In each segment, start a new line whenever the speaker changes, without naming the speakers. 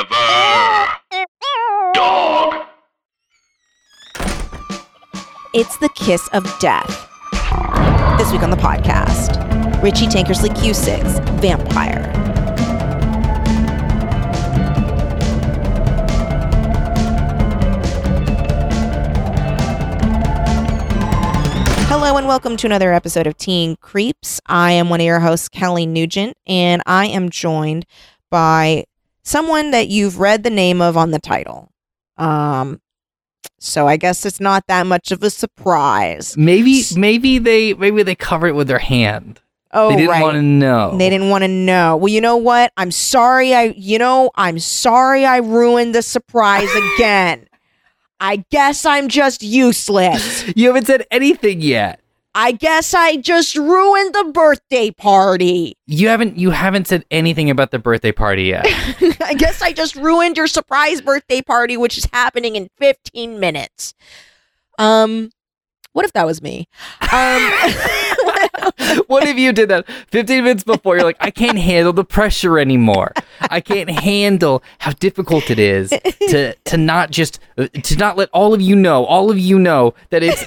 Forever. Dog.
It's the kiss of death. This week on the podcast, Richie Tankersley Q6, Vampire. Hello and welcome to another episode of Teen Creeps. I am one of your hosts, Kelly Nugent, and I am joined by someone that you've read the name of on the title. Um, so I guess it's not that much of a surprise.
Maybe maybe they maybe they cover it with their hand.
Oh,
they didn't
right.
want to know.
They didn't want to know. Well, you know what? I'm sorry. I, you know, I'm sorry I ruined the surprise again. I guess I'm just useless.
You haven't said anything yet.
I guess I just ruined the birthday party.
You haven't you haven't said anything about the birthday party yet.
I guess I just ruined your surprise birthday party, which is happening in 15 minutes. Um, what if that was me? Um,
what if you did that 15 minutes before? You're like, I can't handle the pressure anymore. I can't handle how difficult it is to to not just uh, to not let all of you know, all of you know that it's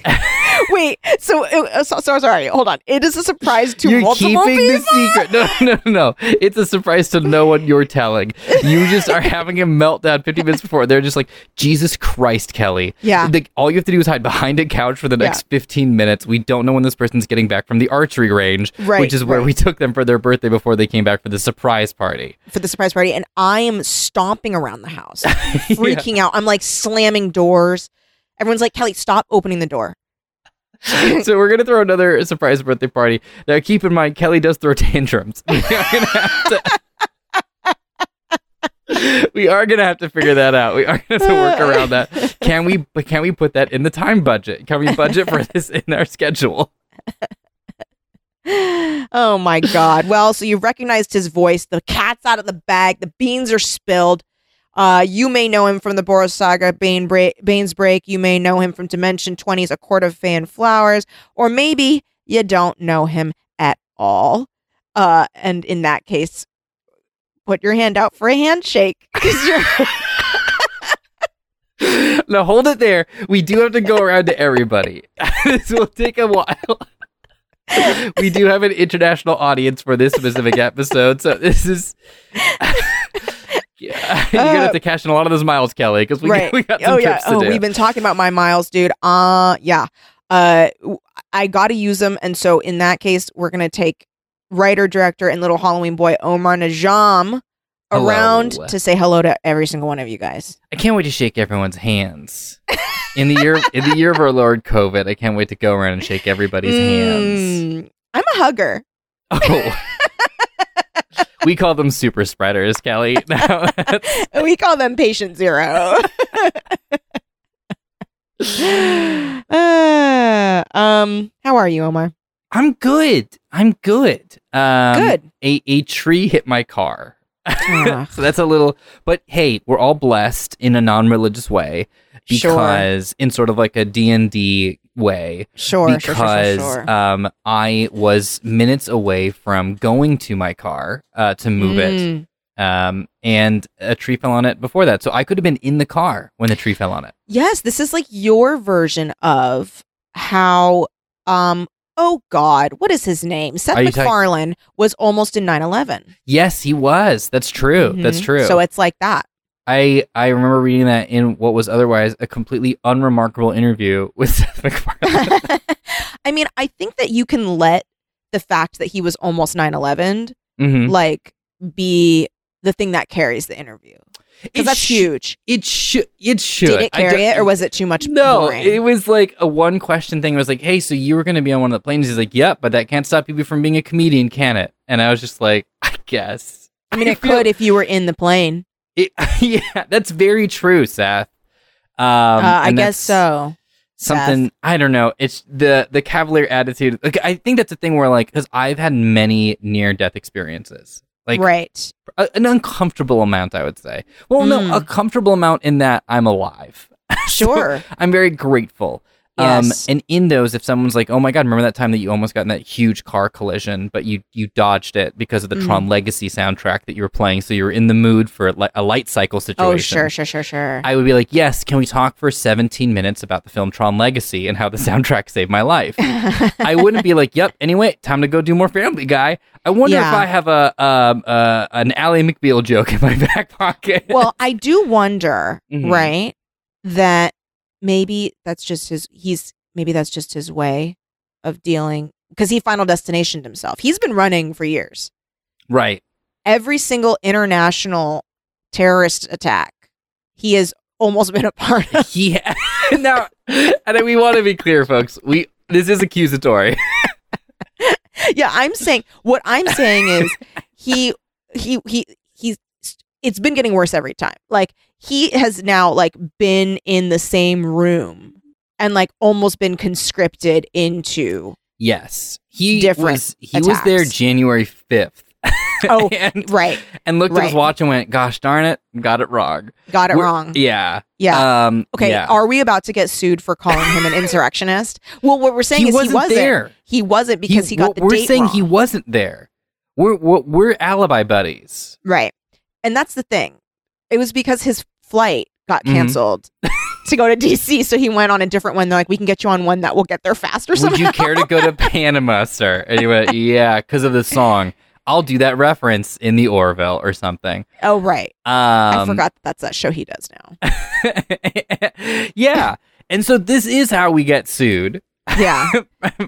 wait. So, uh, so, so sorry. Hold on. It is a surprise to
you're
multiple
keeping
people.
the secret. No, no, no, no. It's a surprise to no one you're telling. You just are having a meltdown 50 minutes before. They're just like, Jesus Christ, Kelly.
Yeah.
Like, all you have to do is hide behind a couch for the
Yeah.
next 15 minutes. We don't know when this person's getting back from the archery range,
Right,
which is where
right.
we took them for their birthday before they came back for the surprise party.
for the surprise party and I am stomping around the house, freaking out. I'm like slamming doors. Everyone's like, Kelly, stop opening the door.
so we're gonna throw another surprise birthday party. Now keep in mind, Kelly does throw tantrums. We are gonna have to. we are gonna have to figure that out. We are gonna have to work around that. Can we? But can we put that in the time budget? Can we budget for this in our schedule?
Oh my God. Well, so you recognized his voice. The cat's out of the bag. The beans are spilled. Uh, you may know him from the Boris Saga, Bane Break, Bane's Break. You may know him from Dimension 20's A Court of Fan Flowers. Or maybe you don't know him at all. Uh, and in that case, put your hand out for a handshake. 'cause you're-
Now hold it there. We do have to go around to everybody. this will take a while. we do have an international audience for this specific episode, so this is. Yeah, You're gonna have to cash in a lot of those miles, Kelly, because we,
right.
we got some
oh yeah.
trips to
Oh,
do.
we've been talking about my miles, dude. Uh, yeah. Uh, w- I got to use them, and so in that case, we're gonna take writer, director, and little Halloween boy Omar Najam
Hello.
around to say hello to every single one of you guys.
I can't wait to shake everyone's hands in the year in the year of our Lord COVID. I can't wait to go around and shake everybody's hands.
Mm, I'm a hugger.
Oh. We call them super spreaders, Kelly. Now,
we call them patient zero. Uh, um, how are you, Omar?
I'm good. I'm good. Um,
Good.
A, a tree hit my car.
Ah.
so that's a little, but hey, we're all blessed in a non-religious way
Sure.
because in sort of like a D&D way
Sure,
because
sure, sure, sure, sure.
Um, I was minutes away from going to my car uh, to move it,
Mm.
um, and a tree fell on it before that. So I could have been in the car when the tree fell on it.
Yes, this is like your version of how um oh god, what is his name? Seth
Are you talking-
MacFarlane was almost in 9/11.
Yes, he was. That's true. That's
Mhm.
true.
So it's like that.
I I remember reading that in what was otherwise a completely unremarkable interview with Seth MacFarlane.
I mean, I think that you can let the fact that he was almost 9/11
Mhm.
like be the thing that carries the interview.
It
Cuz that's
sh-
huge.
It should. It should.
Did it
I
carry
don't-
it or was it too much
No,
boring?
it was like a one question thing. It was like, hey, so you were going to be on one of the planes. He's like, yep, but that can't stop you from being a comedian, can it? And I was just like, I guess.
I mean,
I
it
feel-
could if you were in the plane.
It, yeah, that's very true, Seth. Um,
uh, I
and
guess so.
that's- something i don't know it's the the cavalier attitude like i think that's a thing where like because i've had many near death experiences like
right.
a- an uncomfortable amount i would say well no
Mm.
a comfortable amount in that i'm alive
Sure.
i'm very grateful Um,
Yes.
and in those, if someone's like, "Oh my god, remember that time that you almost got in that huge car collision, but you you dodged it because of the
Mhm.
Tron Legacy soundtrack that you were playing, so you were in the mood for a, li- a light cycle situation."
Oh, sure, sure, sure, sure.
I would be like, "Yes, can we talk for 17 minutes about the film Tron Legacy and how the soundtrack saved my life?" I wouldn't be like, "Yep, anyway, time to go do more Family Guy." I wonder if
Yeah.
I have a um uh, an Ally McBeal joke in my back pocket.
well, I do wonder,
Mhm.
right, that maybe that's just his. He's maybe that's just his way of dealing because he final destinationed himself. He's been running for years.
right.
Every single international terrorist attack, he has almost been a part of.
he now and we want to be clear folks we this is accusatory
yeah, I'm saying what I'm saying is he he he he's it's been getting worse every time. Like he has now like been in the same room and like almost been conscripted into
yes he
Different
was he was there
attacks.
january 5th
Oh,
and,
right.
and looked at his
right.
watch and went gosh darn it got it wrong
Got it
We're-
wrong.
yeah
Yeah.
um
okay,
yeah.
are we about to get sued for calling him an insurrectionist? Well, what we're saying
he
is
wasn't
he wasn't.
there
He wasn't because he,
what
got the
we're
date
saying
wrong.
he wasn't there we're, we're we're alibi buddies
Right. And that's the thing. It was because his flight got
Mhm.
canceled to go to DC. So he went on a different one. They're like, we can get you on one that will get there faster.
would
somehow.
you care to go to panama sir and he went yeah because of the song i'll do that reference in the orville or something
oh, right.
um
I forgot that that's that show he does now.
yeah. And so this is how we get sued
Yeah.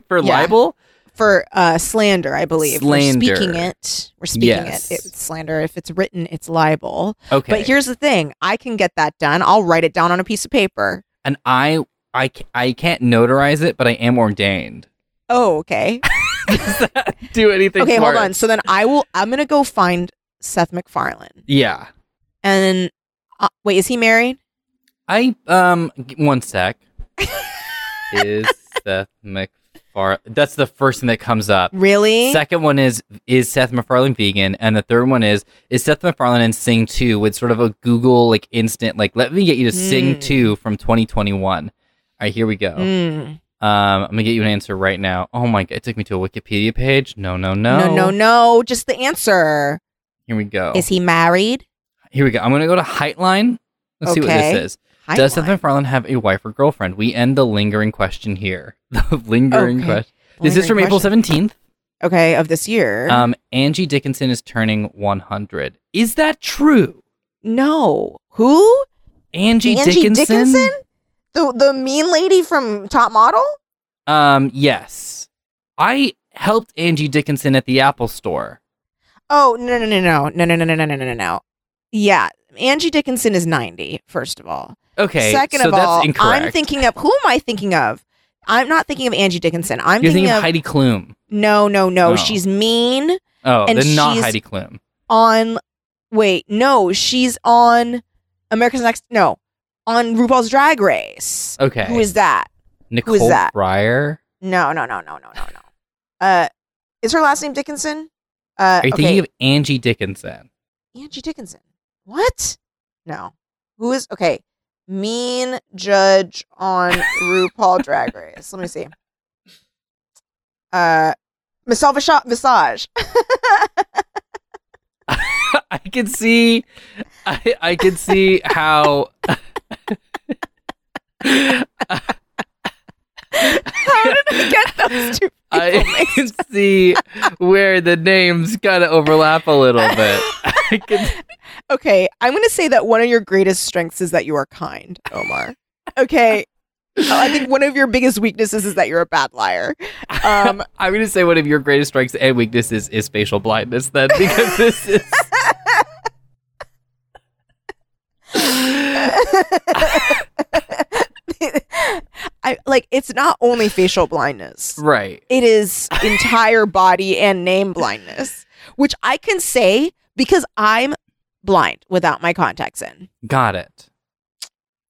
for
Yeah.
libel.
For uh, slander, I believe. We're speaking
Slander.
it. We're speaking
Yes.
it. It's slander. If it's written, it's libel.
Okay.
But here's the thing I can get that done. I'll write it down on a piece of paper.
and I, I, ca- I can't notarize it, but I am ordained.
Oh, okay.
Does that do anything?
okay,
for
hold
it?
on. So then I will, I'm going to go find Seth MacFarlane.
Yeah.
And uh, wait, is he married?
I um g- one sec. is Seth MacFarlane? That's the first thing that comes up.
Really?
Second one is is Seth MacFarlane vegan, and the third one is is Seth MacFarlane and Sing Two with sort of a Google like instant like let me get you to Sing
Mm.
Two from 2021. All right, here we go.
Mm.
Um, I'm gonna get you an answer right now. Oh my god, it took me to a Wikipedia page. No, no, no,
No. no, no, Just the answer.
Here we go.
Is he married?
Here we go. I'm gonna go to Heightline. Let's see what
Okay.
this is.
Hi,
Does Seth
Juan.
MacFarlane have a wife or girlfriend? We end the lingering question here. the lingering
Okay.
question. This is from
Lingering
April
question.
17th.
Okay, of this year.
Um, Angie Dickinson is turning 100. Is that true?
no. Who?
Angie,
Angie
Dickinson?
Dickinson? The the mean lady from Top Model?
Um, yes. I helped Angie Dickinson at the Apple store.
Oh no no no no no no no no no no no no. Yeah, Angie Dickinson is ninety. First of all.
Okay.
Second
so
of
that's
all,
incorrect.
I'm thinking of who am I thinking of? I'm not thinking of Angie Dickinson. I'm
You're
thinking,
thinking of
of
Heidi Klum.
no no no.
Oh.
She's mean.
Oh,
And
then not
she's-
Heidi Klum.
on wait no she's on america's next no on rupaul's drag race
Okay.
who is that
Nicole
that?
Fryer?
no no no no no no no uh is her last name dickinson uh
Are you
okay
thinking of Angie Dickinson?
angie dickinson what no who is okay mean judge on rupaul drag race let me see uh michelle Visha- visage
I can see I, I can see how
how did i get those two
I can see where the names kind of overlap a little bit. I can,
Okay, I'm going to say that one of your greatest strengths is that you are kind, Omar. Okay. I think one of your biggest weaknesses is that you're a bad liar. Um,
I'm going to say one of your greatest strengths and weaknesses is facial blindness, then, because this is.
I like it's not only facial blindness.
right.
It is entire body and name blindness, which I can say because I'm blind without my contacts in.
Got it.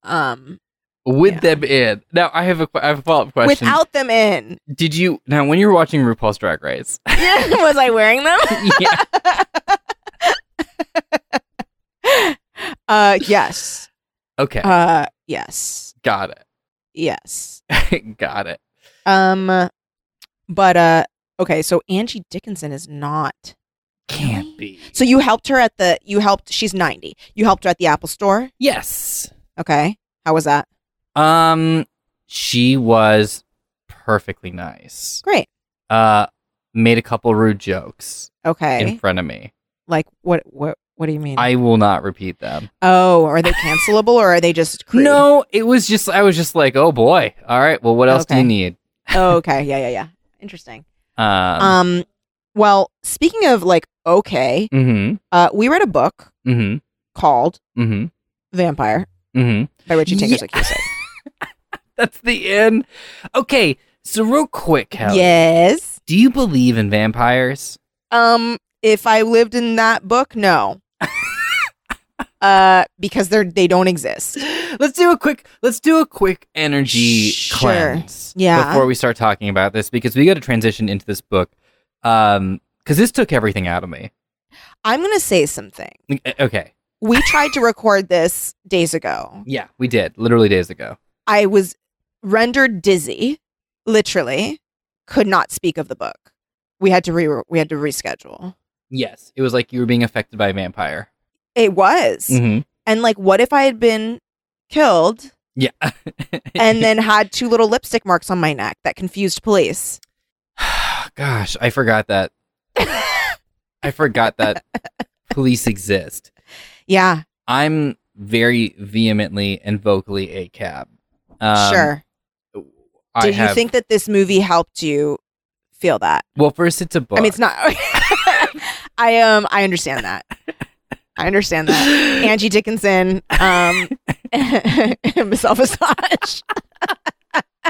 Um,
With
Yeah.
them in. Now, I have a, que- I have a follow up question.
without them in.
Did you. Now, when you were watching RuPaul's Drag Race,
Was I wearing them?
yeah.
Uh, yes.
Okay.
Uh, yes.
got it.
Yes.
Got it.
Um, but uh, okay. So Angie Dickinson is not.
Can't be.
So you helped her at the. You helped. She's ninety. You helped her at the Apple Store.
Yes.
Okay. How was that?
Um, she was perfectly nice.
Great.
Uh, made a couple rude jokes
Okay.
in front of me.
like what? What? What do you mean?
I will not repeat them.
oh, are they cancelable or are they just crude?
No, it was just I was just like, oh boy. All right. Well, what else do
Okay.
you need?
Oh, okay. Yeah. Yeah. Yeah. Interesting.
Um.
Um. Well, speaking of like okay,
mm-hmm.
uh, we read a book
Mm-hmm.
called
Mm-hmm.
Vampire
Mm-hmm.
by Richie
Yeah.
Tinker's Accuser.
That's the end. Okay. So real quick, Kelly.
Yes.
Do you believe in vampires?
Um, if I lived in that book, no. uh, because they're they don't exist.
Let's do a quick let's do a quick energy
Sure.
cleanse
Yeah.
before we start talking about this because we got to transition into this book. Um cuz this took everything out of me.
I'm gonna say something.
Uh, Okay.
We tried to record this days ago.
Yeah, we did. Literally days ago.
I was rendered dizzy, literally, could not speak of the book. We had to re we had to reschedule.
Yes, it was like you were being affected by a vampire.
It was.
Mhm.
And like what if I had been killed
Yeah.
and then had two little lipstick marks on my neck that confused police?
gosh, I forgot that I forgot that police exist.
Yeah,
I'm very vehemently and vocally a cab. Um,
sure.
I
Did you
have-
think that this movie helped you feel that?
Well, first it's a book.
I mean, it's not. I um, I understand that. I understand that. Angie Dickinson, um, self massage,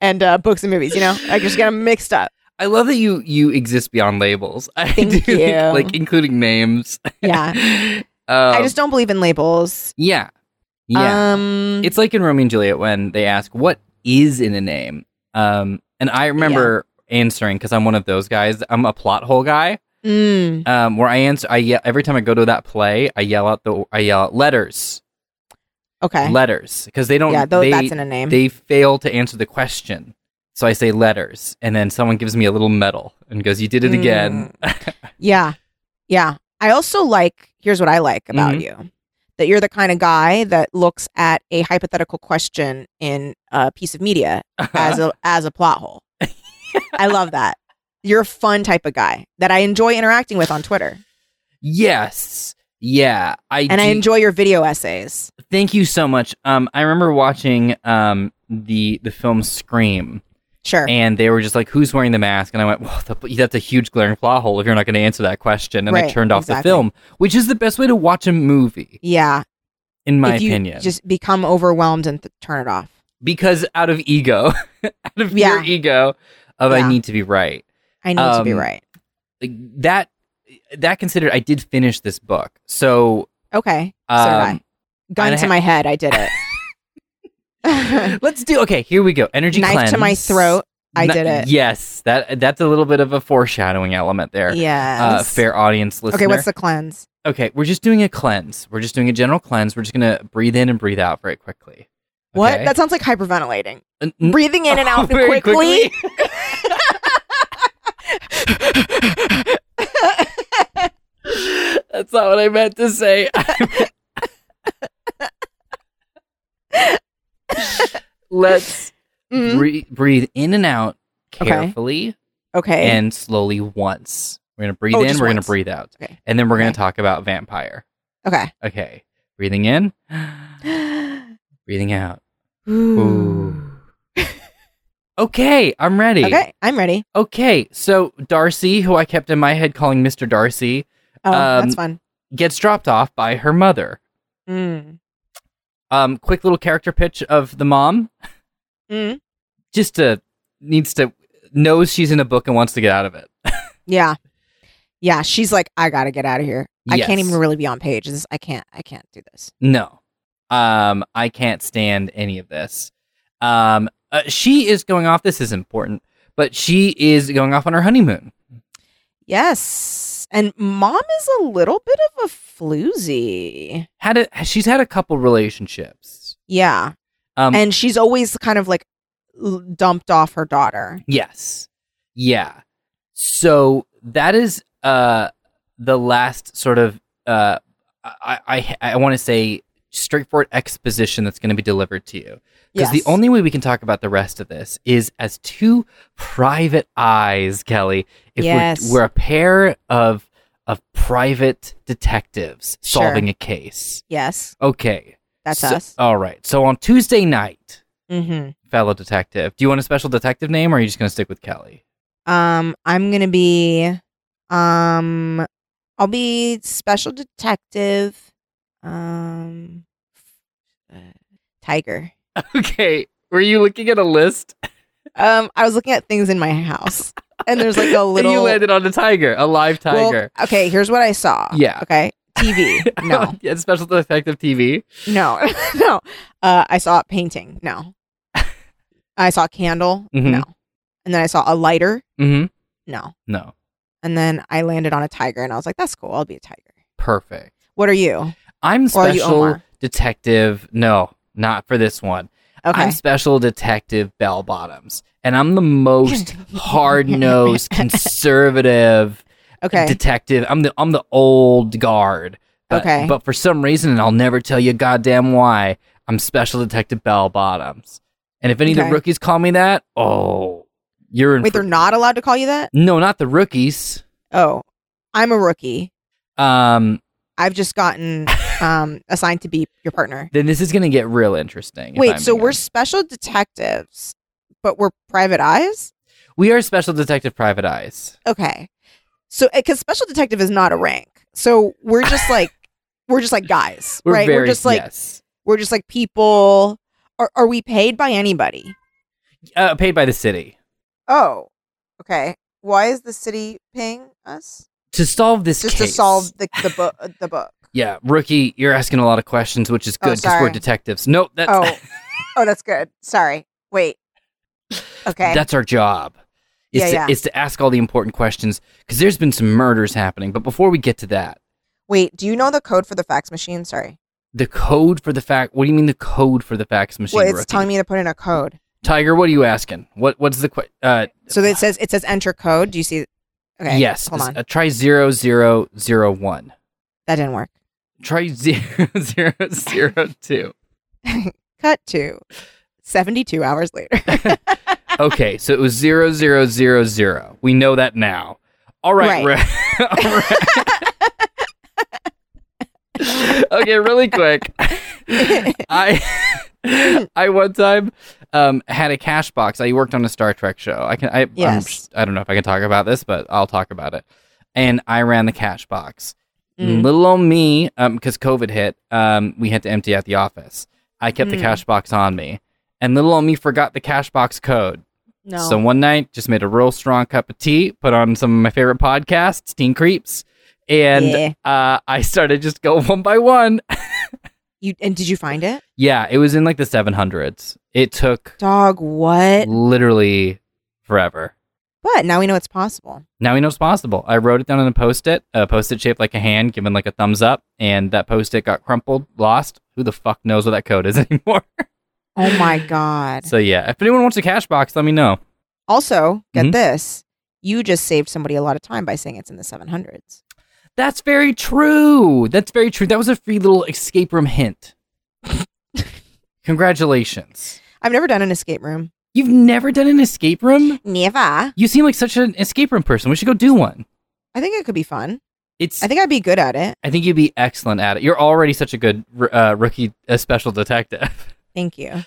and uh, books and movies. You know, I just got them mixed up.
I love that you you exist beyond labels. I
Thank
do think,
you.
like including names. Um,
Yeah, I just don't believe in labels.
yeah yeah.
Um,
it's like in Romeo and Juliet when they ask what is in a name. Um, and I remember answering because I'm one of those guys. I'm a plot hole guy.
mm,
Um, where I answer, I yell every time I go to that play. I yell out the I yell out letters,
okay.
letters because they don't.
yeah, though
they,
that's in a name.
they fail to answer the question. So I say letters, and then someone gives me a little medal and goes, "You did it again."
Yeah. Yeah. I also like, here's what I like about
Mm-hmm.
you that you're the kind of guy that looks at a hypothetical question in a piece of media as a, as a plot hole. I love that. You're a fun type of guy that I enjoy interacting with on Twitter.
Yes. Yeah. I
And I
do-
enjoy your video essays.
thank you so much. Um I remember watching um the the film Scream
Sure.
and they were just like who's wearing the mask and I went, "Well, the, that's a huge glaring plot hole if you're not going to answer that question." And I
Right,
turned off
exactly.
the film, which is the best way to watch a movie
yeah.
in my
if you
opinion.
just become overwhelmed and th- turn it off.
because out of ego, out of
Yeah.
your ego of
Yeah.
I need to be right.
I need to be
Um,
right.
Like, that that considered I did finish this book. So
Okay. So did I.
um,
Gun
and I
to
ha-
my head. I did it.
let's do okay, here we go. Energy
Knife
cleanse.
to my throat. I
Ni-
did it.
Yes, that that's a little bit of a foreshadowing element there.
Yes.
Uh, fair audience listener.
Okay, what's the cleanse?
okay? We're just doing a cleanse. We're just doing a general cleanse. We're just gonna breathe in and breathe out very quickly.
What?
Okay?
That sounds like hyperventilating.
N- n- Oh,
Breathing in and out
Very
quickly.
that's not what I meant to say. Let's
Mm,
bre- breathe in and out
Okay.
carefully.
Okay.
and slowly once. We're going to breathe
Oh,
in,
just
we're going
once.
to breathe out.
Okay.
And then we're going
Okay.
to talk about vampire.
okay.
Okay. Breathing in, breathing out. Ooh. okay, I'm ready.
Okay, I'm ready.
Okay, so Darcy, who I kept in my head calling Mr. Darcy,
Oh, that's
Um,
fun.
gets dropped off by her mother.
Mm.
Um quick little character pitch of the mom
Mm.
just to needs to knows she's in a book and wants to get out of it.
Yeah. Yeah, she's like, I gotta get out of here. I can't
Yes.
even really be on page. This- I can't. I can't do this.
No. Um, I can't stand any of this. Um, uh, she is going off. This is important, but she is going off on her honeymoon.
Yes, and mom is a little bit of a floozy.
Had a she's had a couple relationships.
Yeah,
Um,
and she's always kind of like l- dumped off her daughter.
Yes. Yeah. So that is uh the last sort of uh I I, I want to say straightforward exposition that's going to be delivered to you because
Yes.
the only way we can talk about the rest of this is as two private eyes, Kelly. If
Yes.
we're, we're a pair of of private detectives
Sure.
solving a case.
yes,
Okay.
that's
So- uh,
us.
All right. So on Tuesday night,
hmm
fellow detective, do you want a special detective name or are you just going to stick with Kelly?
Um, I'm gonna be, um, I'll be special detective, um, uh, Tiger.
Okay, were you looking at a list?
Um, I was looking at things in my house, and there's like a
And
little.
you landed on a tiger, a live
Well,
tiger.
okay, here's what I saw.
Yeah.
Okay. TV. No.
yeah, special detective TV.
no. no. Uh, I saw a painting. No. I saw a candle.
Mhm.
No. And then I saw a lighter.
Mm-hmm.
No.
No,
And then I landed on a tiger, and I was like, "That's cool. I'll be a tiger."
perfect.
What are you?
I'm
Or are you
special
Omar?
detective. No, not for this one.
Okay.
I'm special detective Bell Bottoms, and I'm the most hard nosed conservative
okay.
detective. I'm the I'm the old guard. But,
Okay.
But for some reason, and I'll never tell you goddamn why, I'm Special Detective Bell Bottoms. And if any of
Okay.
the rookies call me that, oh, you're in.
Wait,
for-
they're not allowed to call you that?
No, not the rookies.
Oh, I'm a rookie.
Um,
I've just gotten um assigned to be your partner.
then this is gonna get real interesting. if
Wait,
I'm
so
being
we're
honest.
special detectives, but we're private eyes?
we are Special Detective Private Eyes.
Okay. So because special detective is not a rank. So we're just like we're just like guys,
We're
right?
very
we're just like
yes.
we're just like people. Are are we paid by anybody?
Uh, paid by the city
Oh. Okay. Why is the city paying us?
to solve this
Just to
case.
solve the the book the book.
Yeah, rookie, you're asking a lot of questions, which is
Oh,
good because we're
sorry.
detectives. No, that's
Oh. Oh, that's good. Sorry. Wait. Okay.
That's our job. Is,
Yeah,
to,
yeah.
is to ask all the important questions because there's been some murders happening. But before we get to that,
Wait, do you know the code for the fax machine? Sorry.
the code for the fact. What do you mean the code for the fax machine?
well, it's
rookie?
telling me to put in a code.
Tiger, what are you asking? What What's the que- uh?
So it says it says enter code. Do you see? Okay.
yes,
Hold on.
Uh, try zero zero zero one.
that didn't work.
Try zero zero zero two.
Cut to 72 hours later.
Okay, so it was zero zero zero zero. We know that now. All right.
Right.
Ro- all right. okay, really quick. I I one time um, had a cash box. I worked on a Star Trek show. I can I
Yes.
I'm, I don't know if I can talk about this, but I'll talk about it. And I ran the cash box.
Mm.
Little on me, because COVID hit, um, we had to empty out the office. I kept the
Mm.
cash box on me, and little on me forgot the cash box code.
No.
So one night, just made a real strong cup of tea, put on some of my favorite podcasts, Teen Creeps, and
Yeah.
uh, I started just going one by one.
you and did you find it?
Yeah, it was in like the 700s. It took
Dog,
Mm.
what?
literally forever.
But now we know it's possible.
Now we know it's possible. I wrote it down on a post-it, a post-it shaped like a hand, given like a thumbs up, and that post-it got crumpled, lost. Who the fuck knows what that code is anymore?
Oh my god.
so yeah, if anyone wants a cash box, let me know.
Also, get
Mhm.
this. You just saved somebody a lot of time by saying it's in the 700s.
That's very true. That's very true. That was a free little escape room hint. Congratulations.
I've never done an escape room.
You've never done an escape room?
Never. I
You seem like such an escape room person. We should go do one.
think it could be fun.
It's
I think I'd be good at it.
I think you'd be excellent at it. You're already such a good r- uh, rookie uh, special detective.
Thank you.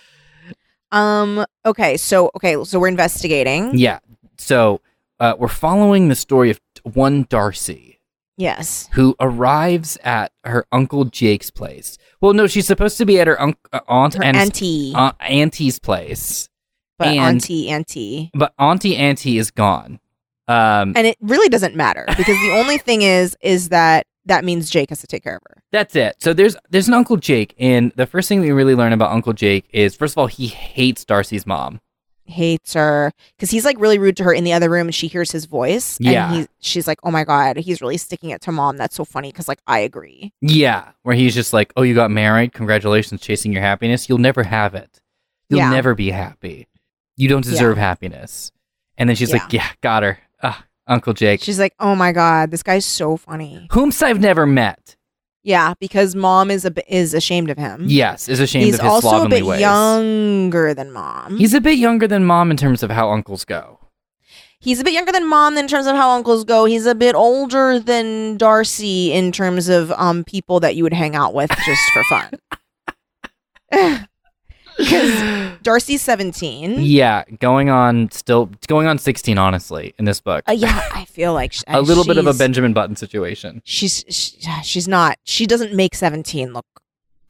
Um. Okay. So. Okay. So we're investigating.
yeah. So uh, we're following the story of one Darcy
Yes.
who arrives at her uncle Jake's place. Well, no, she's supposed to be at her unc uh, aunt
Her
and
auntie,
uh, auntie's place,
but
and-
auntie, auntie,
but auntie auntie is gone. Um,
and it really doesn't matter because the only thing is, is that that means Jake has to take care of her.
That's it. So there's there's an Uncle Jake, and the first thing we really learn about Uncle Jake is first of all he hates Darcy's mom.
Hates her because he's like really rude to her in the other room, and she hears his voice.
Yeah.
And he, she's like, "Oh my god, he's really sticking it to mom. That's so funny." Because like I agree.
Yeah, where he's just like, "Oh, you got married. Congratulations, chasing your happiness. You'll never have it." You'll
Yeah.
never be happy. You don't
Yeah.
deserve happiness. And then she's like, yeah, got her. Ah, Uncle Jake,
She's like, oh my god, this guy's so funny.
whomst I've never met.
Yeah, because mom is a is ashamed of him.
Yes, is ashamed
Mm-hmm. he's
of his
also a
slovenly
bit
ways.
younger than mom.
He's a bit younger than mom in terms of how uncles go.
he's a bit younger than mom in terms of how uncles go. He's a bit older than Darcy in terms of um people that you would hang out with just for fun. 'Cause Darcy's seventeen.
Yeah, going on still going on 16 honestly in this book.
Uh, yeah, I feel like sh-
a little bit of a
she's-
Benjamin Button situation.
She's sh- she's not. She doesn't make seventeen look,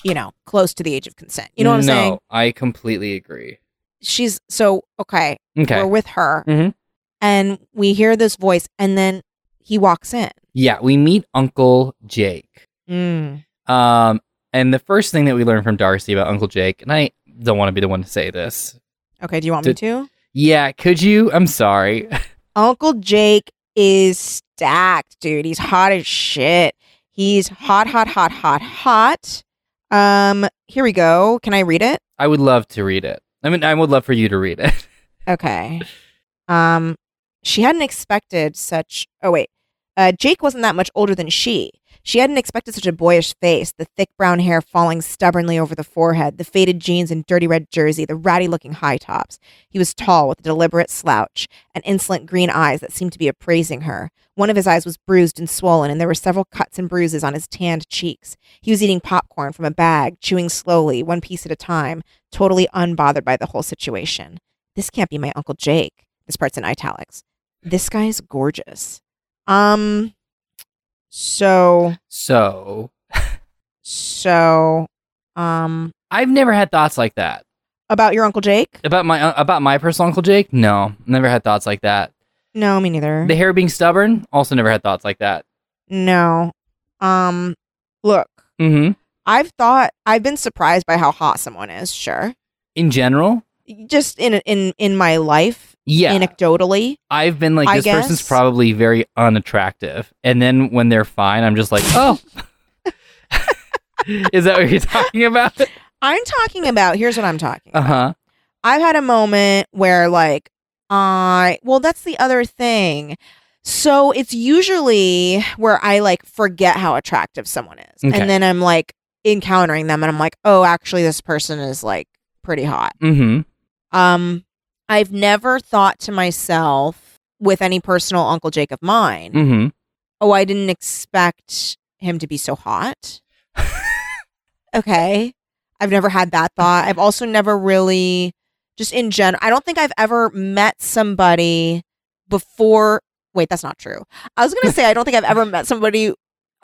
you know, close to the age of consent. You know what I'm
no,
saying?
I completely agree.
She's so okay.
Okay.
We're with her,
Mhm.
and we hear this voice, and then he walks in.
yeah, we meet Uncle Jake.
Mm.
Um and the first thing that we learn from Darcy about Uncle Jake, and I don't want to be the one to say this.
Okay, do you want me
Did-
to?
Yeah, could you? I'm sorry.
Uncle Jake is stacked, dude. He's hot as shit. He's hot, hot, hot, hot, hot. Um, here we go. Can I read it?
I would love to read it. I mean, I would love for you to read it.
Okay. Um, she hadn't expected such. Oh wait, uh, Jake wasn't that much older than she. She hadn't expected such a boyish face, the thick brown hair falling stubbornly over the forehead, the faded jeans and dirty red jersey, the ratty looking high tops. He was tall with a deliberate slouch and insolent green eyes that seemed to be appraising her. One of his eyes was bruised and swollen, and there were several cuts and bruises on his tanned cheeks. He was eating popcorn from a bag, chewing slowly, one piece at a time, totally unbothered by the whole situation. This can't be my Uncle Jake. This part's in italics. This guy's gorgeous. Um, so,
So,
so, um,
I've never had thoughts like that.
about your Uncle Jake?
About my uh, about my personal Uncle Jake? No, never had thoughts like that.
No, me neither.
The hair being stubborn? Also never had thoughts like that.
no. Um, look,
Mhm.
I've thought, I've been surprised by how hot someone is, sure.
In general?
Just in, in, in my life,
Yeah.
anecdotally.
I've been like
I
this person's
guess.
probably very unattractive. And then when they're fine, I'm just like, "Oh." Is that what you're talking about?
I'm talking about, here's what I'm talking about.
Uh-huh.
I've had a moment where like I well that's the other thing. So it's usually where I like forget how attractive someone is.
Okay.
And then I'm like encountering them and I'm like, "Oh, actually this person is like pretty hot."
Mhm.
Um I've never thought to myself with any personal Uncle Jake of mine,
Mhm.
"Oh, I didn't expect him to be so hot." okay. I've never had that thought. I've also never really, just in general, I don't think I've ever met somebody before. Wait, that's not true. I was going to say, I don't think I've ever met somebody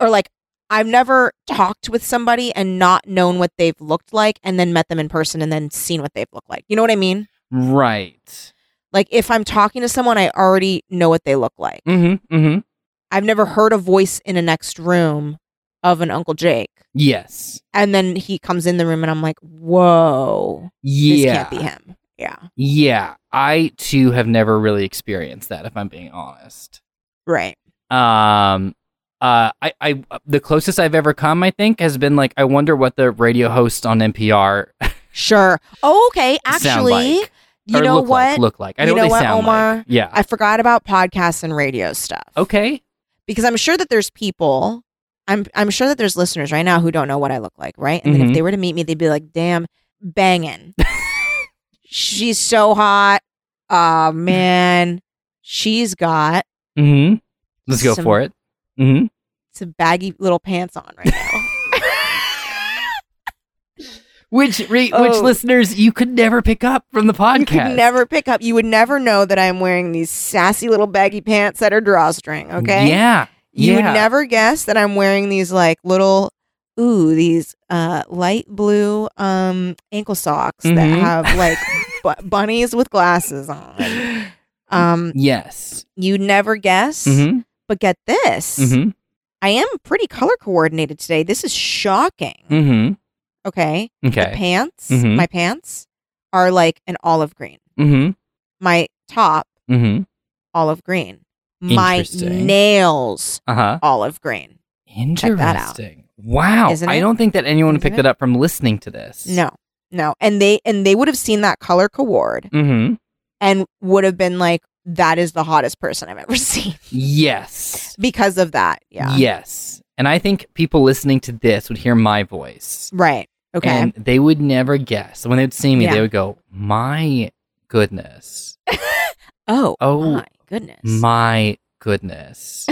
or like, I've never talked with somebody and not known what they've looked like and then met them in person and then seen what they've looked like. You know what I mean?
Right.
Like, if I'm talking to someone, I already know what they look like.
Mhm. Mhm.
I've never heard a voice in a next room of an Uncle Jake.
Yes.
And then he comes in the room and I'm like, whoa,
Yeah.
this can't be him. Yeah.
Yeah, I too have never really experienced that. If I'm being honest,
Right.
um, uh, I, I, the closest I've ever come, I think, has been like, I wonder what the radio host on NPR
Sure. Oh, okay.
sound
Actually,
like,
you
or
know
look
what?
like, look like. I know
You know
what
what,
they sound
Omar?
like. Yeah.
I forgot about podcasts and radio stuff.
okay.
Because I'm sure that there's people. I'm I'm sure that there's listeners right now who don't know what I look like, right? And then
Mhm.
if they were to meet me, they'd be like, "Damn, banging. she's so hot. Oh man, she's got
Mm-hmm. Let's go
Some-
for it. Mm-hmm.
some baggy little pants on right now."
Which re- which
Oh.
listeners you could never pick up from the podcast.
You could never pick up. You would never know that I'm wearing these sassy little baggy pants that are drawstring. Okay.
Mm, Yeah.
You
Yeah.
would never guess that I'm wearing these like little ooh, these uh light blue um ankle socks
Mhm.
that have like bu- bunnies with glasses on. Um
yes.
you never guess,
Mm-hmm.
but get this.
Mm-hmm.
I am pretty color coordinated today. This is shocking.
Mm-hmm.
Okay? The
Okay.
pants,
Mhm.
my pants are like an olive green.
Mm-hmm.
My top
Mm-hmm.
olive green. My
Interesting.
nails
Uh huh.
olive green.
Interesting.
Check that out.
Wow.
Isn't
I
it?
don't think that anyone
Isn't
picked
it?
it up from listening to this.
No. no. And they and they would have seen that color Kaward
Mm-hmm.
and would have been like, that is the hottest person I've ever seen
Yes.
because of that. Yeah.
Yes. And I think people listening to this would hear my voice.
Right. Okay.
And they would never guess. When they would see me,
Yeah.
they would go, My goodness.
oh.
Oh,
my goodness.
My goodness.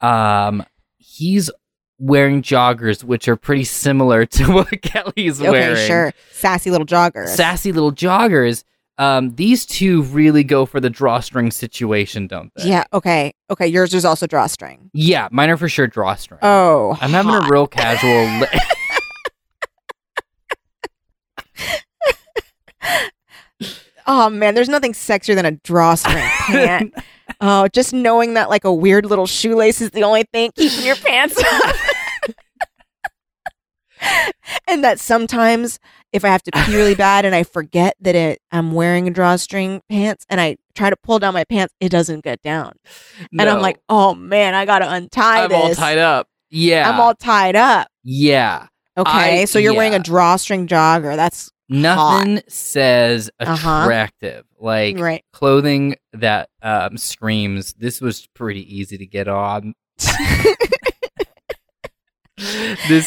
um, he's wearing joggers, which are pretty similar to what Kelly's
okay.
wearing.
Sure. Sassy little jogger.
Sassy little joggers. Um, these two really go for the drawstring situation, don't they?
yeah. Okay. Okay. Yours is also drawstring.
Yeah, mine are for sure drawstring.
Oh.
I'm having a
hot.
real casual. Li-
Oh man, there's nothing sexier than a drawstring pant. Oh, just knowing that like a weird little shoelace is the only thing keeping your pants up. and that sometimes if I have to pee really bad and I forget that it I'm wearing a drawstring pants and I try to pull down my pants, it doesn't get down. And I'm
No.
like, oh man, I gotta untie
I'm
this.
all tied up. Yeah.
I'm all tied up.
yeah.
Okay.
I-
so you're wearing
yeah.
a drawstring jogger. That's
Nothing says
Uh-huh.
attractive like
right.
clothing that um, screams. This was pretty easy to get on. this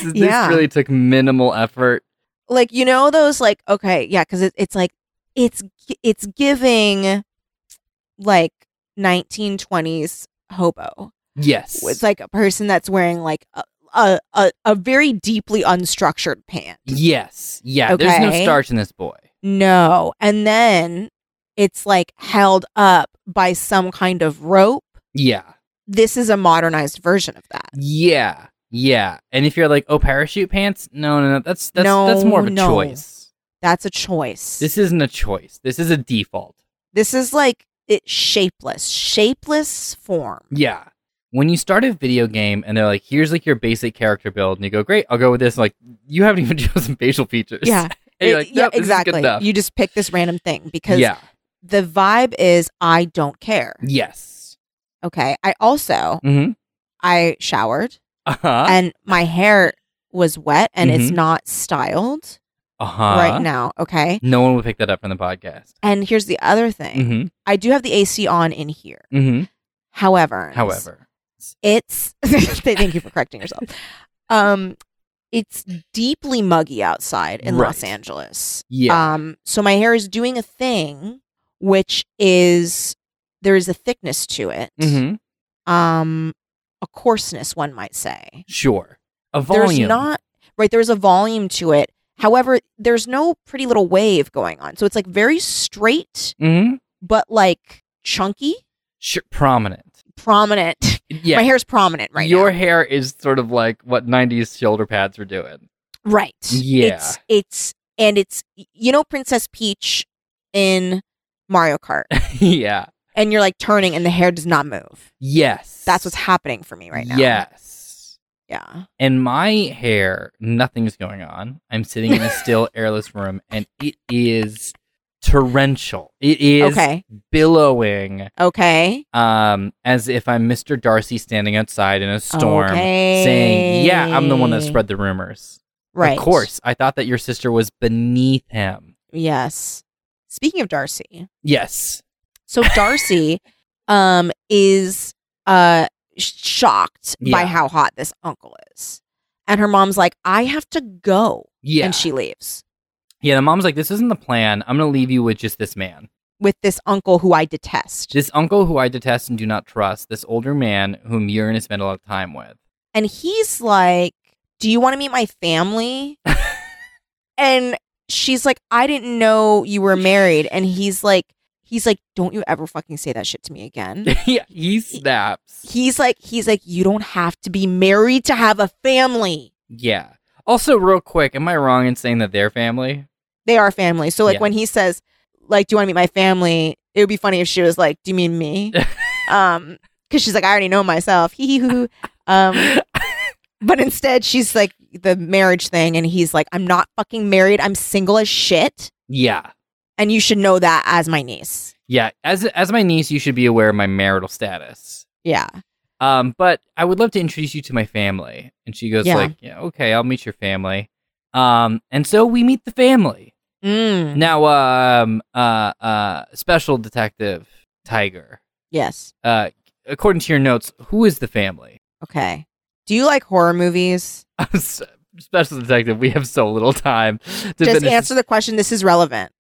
is,
Yeah.
this really took minimal effort.
like you know those like okay yeah because it, it's like it's gi- it's giving like 1920s hobo
Yes.
it's like a person that's wearing like a a, a, a very deeply unstructured pant
yes. Yeah. There's no
Okay.
starch in this boy.
no and then it's like held up by some kind of rope
Yeah.
this is a modernized version of that
Yeah. Yeah. And if you're like, oh, parachute pants? No, no, no. That's that's
No,
that's more of a
no.
choice.
that's a choice
This isn't a choice. This is a default.
this is like it's shapeless shapeless form
Yeah. When you start a video game and they're like, here's like your basic character build, and you go, great, I'll go with this. like, you haven't even chosen facial features.
yeah,
And you're
it-
like, nope,
yeah
this is good
exactly
enough.
you just pick this random thing because
yeah.
the vibe is I don't care.
Yes.
Okay. I also
Mm-hmm.
I showered
Uh huh. Mm-hmm.
and my hair was wet and it's not styled
Uh huh.
right now, okay?
No one would pick that up from the podcast.
And here's the other thing.
Mm
I do have the AC on in here.
hmm. Mm
However,
hmm. However.
it's thank you for correcting yourself. Um it's deeply muggy outside in
Right.
Los Angeles.
Yeah.
Um, so my hair is doing a thing, which is there is a thickness to it,
mm hmm.
um, a coarseness, one might say.
Sure. A volume.
There's not right. There's a volume to it. However, there's no pretty little wave going on. So it's like very straight,
Mm hmm.
but like chunky,
Sure. Prominent.
prominent.
Yeah.
My hair's prominent right
Your
now.
hair is sort of like what 90s shoulder pads were doing.
Right.
Yeah.
It's it's and it's you know Princess Peach in Mario Kart,
yeah.
and you're like turning, and the hair does not move.
Yes.
That's what's happening for me right now.
Yes.
Yeah.
And my hair, nothing's going on. I'm sitting in a still airless room and it is torrential. It is
okay.
billowing
Okay.
um as if I'm Mr. Darcy standing outside in a storm
Okay.
saying, "Yeah, I'm the one that spread the rumors."
Right.
Of course. I thought that your sister was beneath him.
Yes. Speaking of Darcy,
Yes.
so Darcy, um, is uh sh- shocked by
Yeah.
how hot this uncle is, and her mom's like, "I have to go,"
Yeah.
and she leaves
Yeah, the mom's like, this isn't the plan. I'm going to leave you with just this man.
with this uncle who I detest,
This uncle who I detest and do not trust, this older man whom you're going to spend a lot of time with.
and he's like, "Do you want to meet my family?" and she's like, "I didn't know you were married," and he's like. He's like, don't you ever fucking say that shit to me again.
yeah, he snaps.
he's like he's like you don't have to be married to have a family
Yeah. Also, real quick, am I wrong in saying that they're family?
they are family so like
Yeah.
when he says like do you want to meet my family it would be funny if she was like do you mean me um because she's like i already know myself hee hee hoo hoo um but instead she's like the marriage thing and he's like i'm not fucking married i'm single as shit
yeah.
and you should know that as my niece
Yeah. As as my niece, you should be aware of my marital status.
yeah
Um, but I would love to introduce you to my family. And she goes
Yeah.
like, yeah, okay, I'll meet your family. Um, and so we meet the family.
Mm.
Now, um, uh, uh, Special Detective Tiger,
Yes.
uh, according to your notes, who is the family?
Okay. Do you like horror movies?
Special Detective, we have so little time to
Just
finish
answer the question. This is relevant.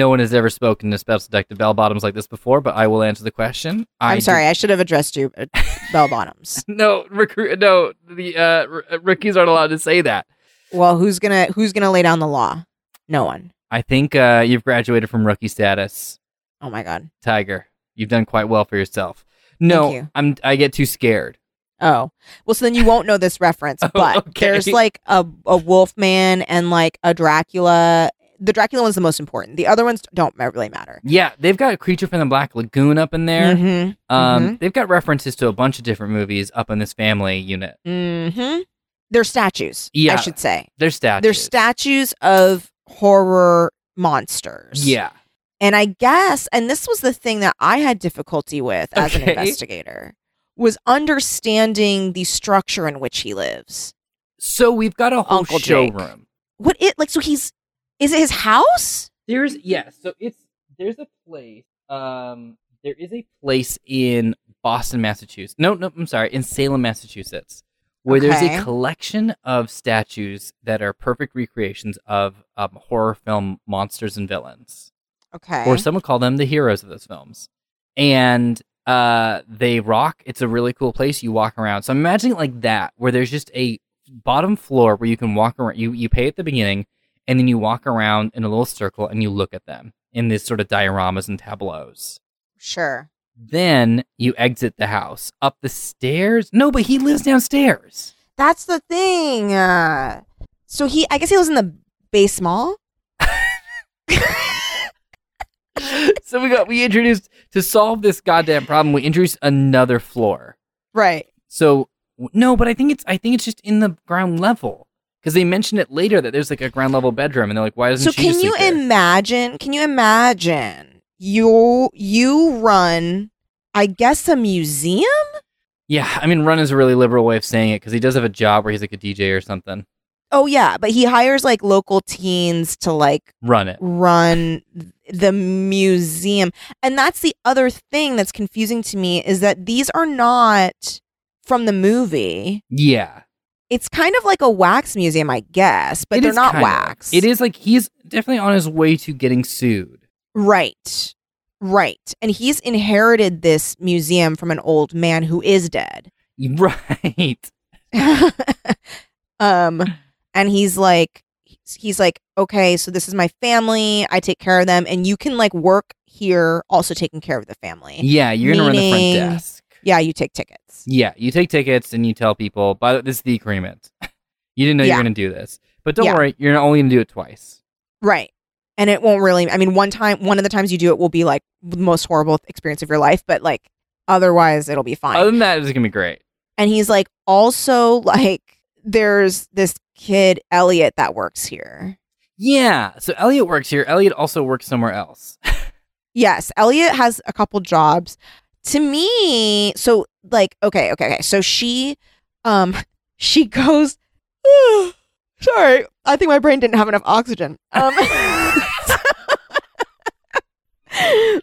no one has ever spoken to special detective bell bottoms like this before but i will answer the question
I'm
do-
sorry. I should have addressed you, uh, bell bottoms.
no recruit no the uh, r- rookies aren't allowed to say that
Well, who's gonna who's gonna lay down the law? No one.
i think uh, you've graduated from rookie status
Oh my god.
tiger you've done quite well for yourself no
you.
i'm i get too scared
Oh. Well, so then you won't know this reference,
Oh,
but
okay.
there's like a a Wolfman and like a Dracula. The Dracula one's the most important. The other ones don't ma- really matter.
yeah they've got a creature from the black lagoon up in there
Mhm.
um they've got references to a bunch of different movies up in this family unit
Mhm. They're statues. I
Mm-hmm. Yeah.
should say.
they're statues
They're statues of horror monsters.
yeah
And I guess, and this was the thing that I had difficulty with as an
Okay.
investigator, was understanding the structure in which he lives.
so we've got a whole
Uncle Jake.
showroom
What it like? So he's is it his house?
There's yeah, so it's there's a place. Um, there is a place in Boston, Massachusetts. No, no, I'm sorry, in Salem, Massachusetts, where there's
Okay.
a collection of statues that are perfect recreations of um, horror film monsters and villains,
Okay.
or some would call them the heroes of those films, and uh, they rock. It's a really cool place. You walk around. So I'm imagining it like that, where there's just a bottom floor where you can walk around. You you pay at the beginning, and then you walk around in a little circle and you look at them in these sort of dioramas and tableaus.
sure.
Then you exit the house up the stairs. No, but he lives downstairs.
That's the thing. Uh, so he, I guess he lives in the base mall.
so we got we introduced to solve this goddamn problem. We introduced another floor.
Right.
So no, but I think it's I think it's just in the ground level because they mentioned it later that there's like a ground level bedroom and they're like, why doesn't
So
she just
can you
sleep there?
imagine? Can you imagine you you run? I guess a museum.
Yeah, I mean, run is a really liberal way of saying it because he does have a job where he's like a DJ or something.
Oh yeah, but he hires like local teens to like
Run it.
run th- the museum. And that's the other thing that's confusing to me is that these are not from the movie.
Yeah.
It's kind of like a wax museum, I guess, but
It
they're
is
not
kind of.
wax.
It is like he's definitely on his way to getting sued.
right. Right. And he's inherited this museum from an old man who is dead.
Right.
um and he's like he's like okay so this is my family i take care of them and you can like work here also taking care of the family
Yeah, you're gonna run the
Meaning-
front desk.
yeah you take tickets
Yeah, you take tickets and you tell people, by the way, this is the agreement. you didn't know
Yeah.
you were gonna do this. But don't
Yeah.
worry, you're only gonna do it twice.
right and it won't really i mean one time one of the times you do it will be like the most horrible experience of your life but like otherwise it'll be fine
Other than that, it's gonna be great.
and he's like also like there's this kid elliot that works here
Yeah. So Elliot works here. Elliot also works somewhere else.
Yes, Elliot has a couple jobs. To me, so like okay, okay, okay. So she um she goes Sorry, I think my brain didn't have enough oxygen. Um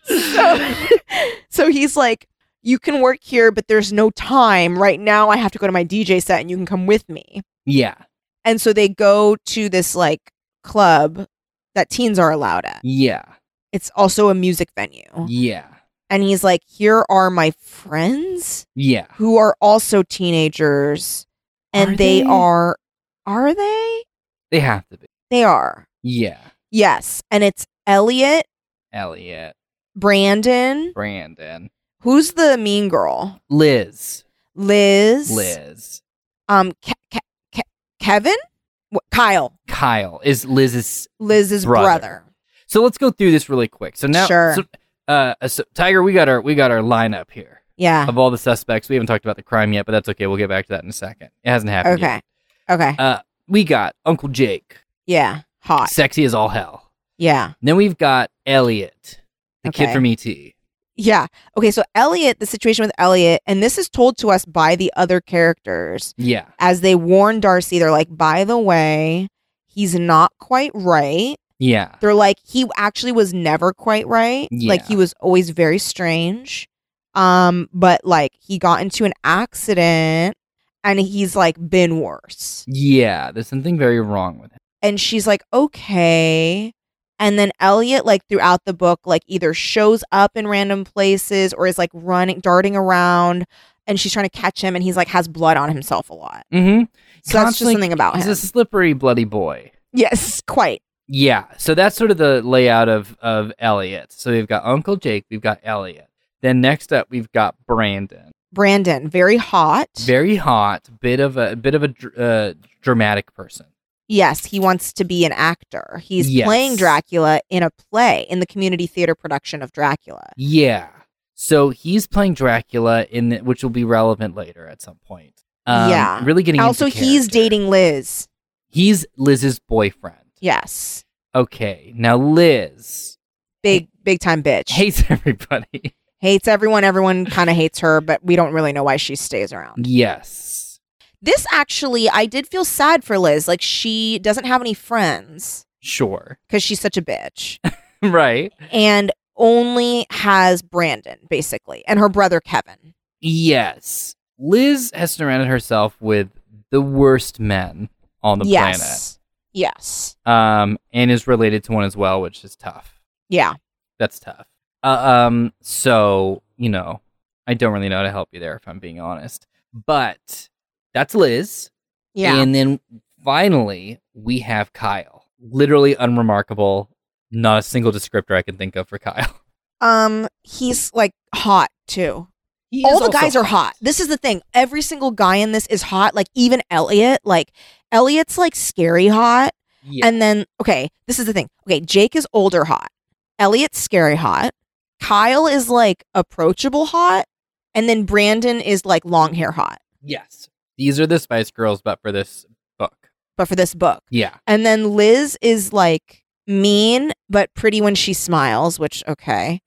So so he's like you can work here but there's no time. Right now I have to go to my DJ set and you can come with me.
yeah.
And so they go to this like club that teens are allowed at.
Yeah.
It's also a music venue
Yeah.
and he's like, "Here are my friends
Yeah.
who are also teenagers, and
Are
they,
they?
are, are they?
They have to be.
They are.
Yeah.
Yes, and it's Elliot,
Elliot.
Brandon,
Brandon.
who's the mean girl,
Liz.
Liz,
Liz.
um, Ke- Ke- Ke- Kevin, Wh- Kyle,
Kyle is Liz's
Liz's brother.
Brother. So let's go through this really quick. So now,
Sure.
so, uh, so Tiger, we got our we got our lineup here
Yeah.
of all the suspects. We haven't talked about the crime yet, but that's okay. We'll get back to that in a second. It hasn't happened.
Okay.
yet.
Okay.
Uh, we got Uncle Jake,
yeah. Hot.
sexy as all hell.
Yeah.
Then we've got Elliot, the
Okay.
kid from E ET.
Yeah. Okay. So Elliot, the situation with Elliot, and this is told to us by the other characters.
Yeah,
as they warn Darcy, they're like, by the way, he's not quite right.
Yeah.
They're like he actually was never quite right. Like
Yeah.
he was always very strange. Um, but like he got into an accident and he's like been worse.
Yeah. There's something very wrong with him.
and she's like okay and then elliot like throughout the book like either shows up in random places or is like running darting around and she's trying to catch him and he's like has blood on himself a lot
Mm-hmm.
so that's just something about
He's
him
a slippery, bloody boy.
yes quite
Yeah. So that's sort of the layout of of Elliot. So we've got Uncle Jake, we've got Elliot. Then next up we've got Brandon.
brandon very hot
Very hot, bit of a bit of a dr- uh, dramatic person.
yes he wants to be an actor he's
Yes.
playing dracula in a play in the community theater production of dracula
Yeah. So he's playing Dracula in the, which will be relevant later at some point. Um,
Yeah.
Really getting
also
into
he's
character.
dating liz
He's Liz's boyfriend.
yes
Okay. Now Liz
big big time bitch
hates everybody.
hates everyone. Everyone kind of hates her, but we don't really know why she stays around.
yes.
This actually, I did feel sad for Liz. Like, she doesn't have any friends
Sure.
because she's such a bitch
right.
and only has Brandon, basically, and her brother, Kevin.
Yes. Liz has surrounded herself with the worst men on the
yes. Yes.
planet. Um, and is related to one as well, which is tough.
Yeah.
That's tough. Uh, um, so, you know, I don't really know how to help you there if I'm being honest. But that's Liz.
Yeah.
And then finally, we have Kyle. Literally unremarkable. Not a single descriptor I can think of for Kyle.
um, he's like hot too.
He
All
is
the
also
guys are hot. This is the thing. Every single guy in this is hot. Like even Elliot. Like Elliot's like scary hot.
Yeah.
And then, okay, this is the thing. Okay, Jake is older hot. Elliot's scary hot. Kyle is like approachable hot. And then Brandon is like long hair hot,
yes. These are the Spice Girls, but for this book.
but for this book.
Yeah.
And then Liz is like mean, but pretty when she smiles, which, okay.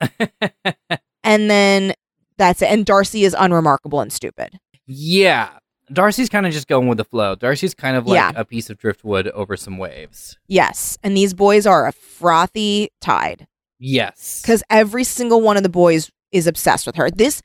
And then that's it. And Darcy is unremarkable and stupid.
Yeah. Darcy's kind of just going with the flow. Darcy's kind of like
Yeah.
a piece of driftwood over some waves.
Yes. And these boys are a frothy tide.
Yes.
because every single one of the boys is obsessed with her. This,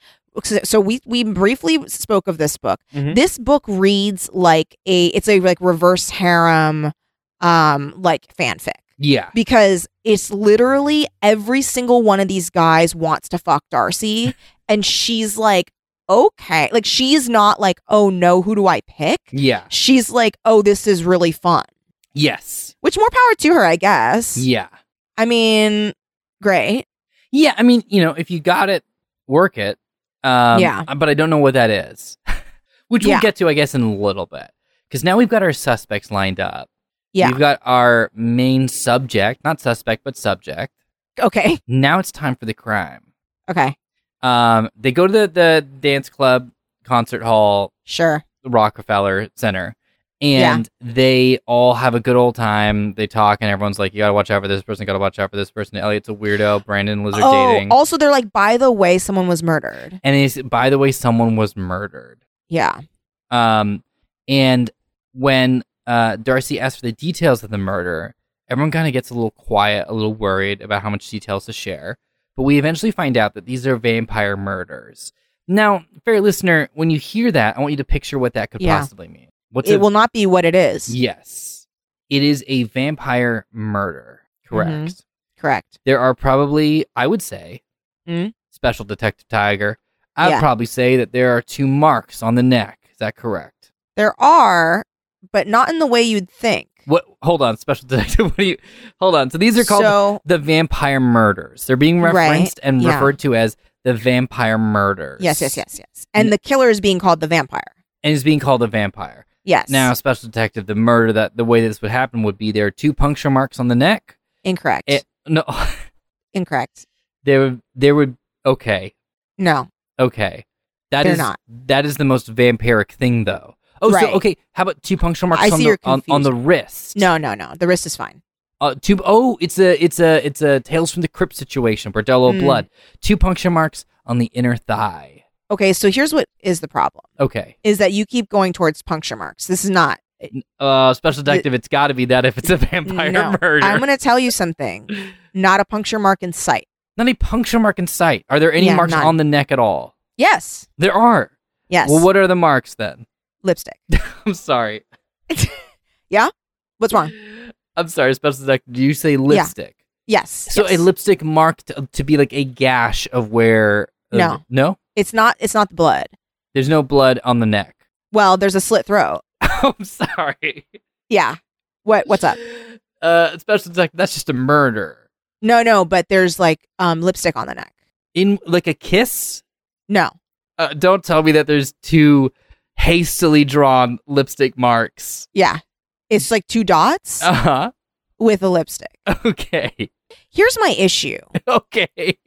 so we we briefly spoke of this book.
Mhm.
This book reads like a it's a like reverse harem, um, like fanfic
Yeah.
because it's literally every single one of these guys wants to fuck Darcy, and she's like, okay, like she's not like, oh no, who do I pick?
Yeah.
She's like, oh, this is really fun.
Yes.
Which more power to her, I guess.
Yeah.
I mean, great.
Yeah. I mean, you know, if you got it, work it. Um,
Yeah.
But I don't know what that is, which
Yeah.
we'll get to, I guess, in a little bit. Because now we've got our suspects lined up.
Yeah.
We've got our main subject, not suspect, but subject.
Okay.
Now it's time for the crime.
Okay.
Um, they go to the, the dance club, concert hall,
Sure.
Rockefeller Center.
Yeah.
And they all have a good old time. They talk, and everyone's like, "You gotta watch out for this person. Gotta watch out for this person." Elliot's a weirdo. Brandon and Liz are
Oh,
dating.
Also, they're like, by the way, someone was murdered.
and it's, by the way, someone was murdered.
Yeah.
Um, and when uh, Darcy asks for the details of the murder, everyone kind of gets a little quiet, a little worried about how much details to share. But we eventually find out that these are vampire murders. Now, fair listener, when you hear that, I want you to picture what that could
Yeah.
possibly mean. What's
it
a-
will not be what it is.
Yes. It is a vampire murder. Correct.
Mhm. Correct.
There are probably, I would say,
Mhm.
Special Detective Tiger. I'd
Yeah.
probably say that there are two marks on the neck. Is that correct?
There are, but not in the way you'd think.
What? Hold on, Special Detective. What do you? Hold on. So these are called
so,
the vampire murders. They're being
Right,
referenced and
yeah.
referred to as the vampire murders.
yes, yes, yes, yes. And the killer is being called the vampire.
And it's being called a vampire.
Yes.
Now, Special Detective, the murder that the way this would happen would be there are two puncture marks on the neck.
Incorrect.
It, no,
Incorrect.
there would there would okay
No.
okay that is
They're not.
that is the most vampiric thing though oh so
Right.
okay how about two puncture marks
I
on
see
the
you're
on, on the wrist
No, no, no. The wrist is fine.
uh, two oh it's a it's a it's a tales from the crypt situation bordello
Mm.
blood two puncture marks on the inner thigh
Okay, so here's what is the problem
okay
is that you keep going towards puncture marks. This is not
Uh, special detective, it's got to be that if it's a vampire
Eh, No.
murder.
I'm going to tell you something. Not a puncture mark in sight.
Not a puncture mark in sight. Are there any
Yeah,
marks
none.
on the neck at all?
Yes.
There are.
Yes.
Well, what are the marks then?
Lipstick.
I'm sorry.
What's wrong?
I'm sorry, special detective. Do you say lipstick?
Yes.
So
yes.
a lipstick mark to, to be like a gash of where? of-
No.
no.
it's not it's not the blood.
There's no blood on the neck.
Well, there's a slit throat.
I'm sorry.
Yeah. What what's up?
Uh, special detective. That's just a murder.
No, no, but there's like um lipstick on the neck.
In like a kiss.
No.
Uh, don't tell me that there's two hastily drawn lipstick marks.
Yeah. It's like two dots
Uh huh.
with a lipstick.
Okay.
Here's my issue.
Okay.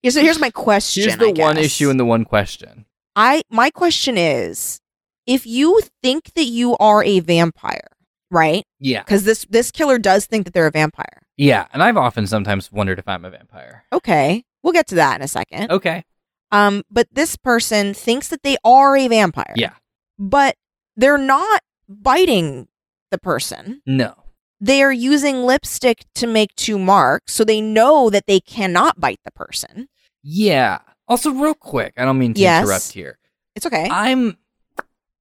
Here's, here's my question.
Here's the
I
one
guess.
issue and the one question.
I my question is if you think that you are a vampire, right?
Yeah.
Cuz this this killer does think that they're a vampire.
Yeah. And I've often sometimes wondered if I'm a vampire.
Okay. We'll get to that in a second.
Okay.
Um but this person thinks that they are a vampire.
Yeah.
But they're not biting the person.
No.
They're using lipstick to make two marks, so they know that they cannot bite the person.
Yeah. Also, real quick, I don't mean to
Yes.
interrupt here.
It's okay.
I'm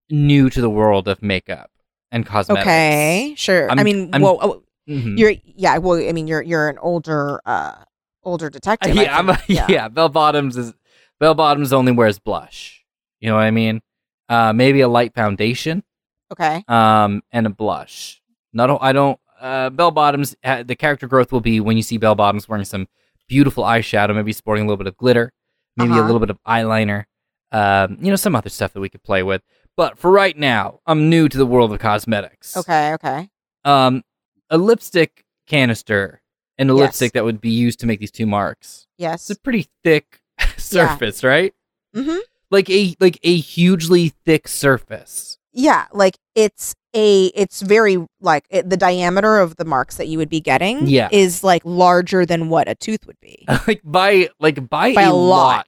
new to the world of makeup and cosmetics.
Okay, sure. i
I'm-
mean,
I'm-
whoa, oh,
Mhm.
you're yeah. Well, I mean, you're you're an older uh older detective. I
yeah, I'm a,
think.
yeah. Bell bottoms is bell bottoms only wears blush. You know what I mean? Uh, maybe a light foundation,
Okay.
um, and a blush. Not a- I don't. Uh, bell bottoms. Uh, the character growth will be when you see bell bottoms wearing some beautiful eyeshadow, maybe sporting a little bit of glitter, maybe a
Uh-huh.
little bit of eyeliner. Um, you know, some other stuff that we could play with. But for right now, I'm new to the world of cosmetics.
Okay. Okay.
Um, a lipstick canister and a
Yes.
lipstick that would be used to make these two marks it's
Yes.
a pretty thick surface, right?
Mm-hmm.
Like a like a hugely thick surface.
Yeah. Like it's a it's very like it, the diameter of the marks that you would be getting.
Yeah.
Is like larger than what a tooth would be.
like by like by,
By
a
a
lot.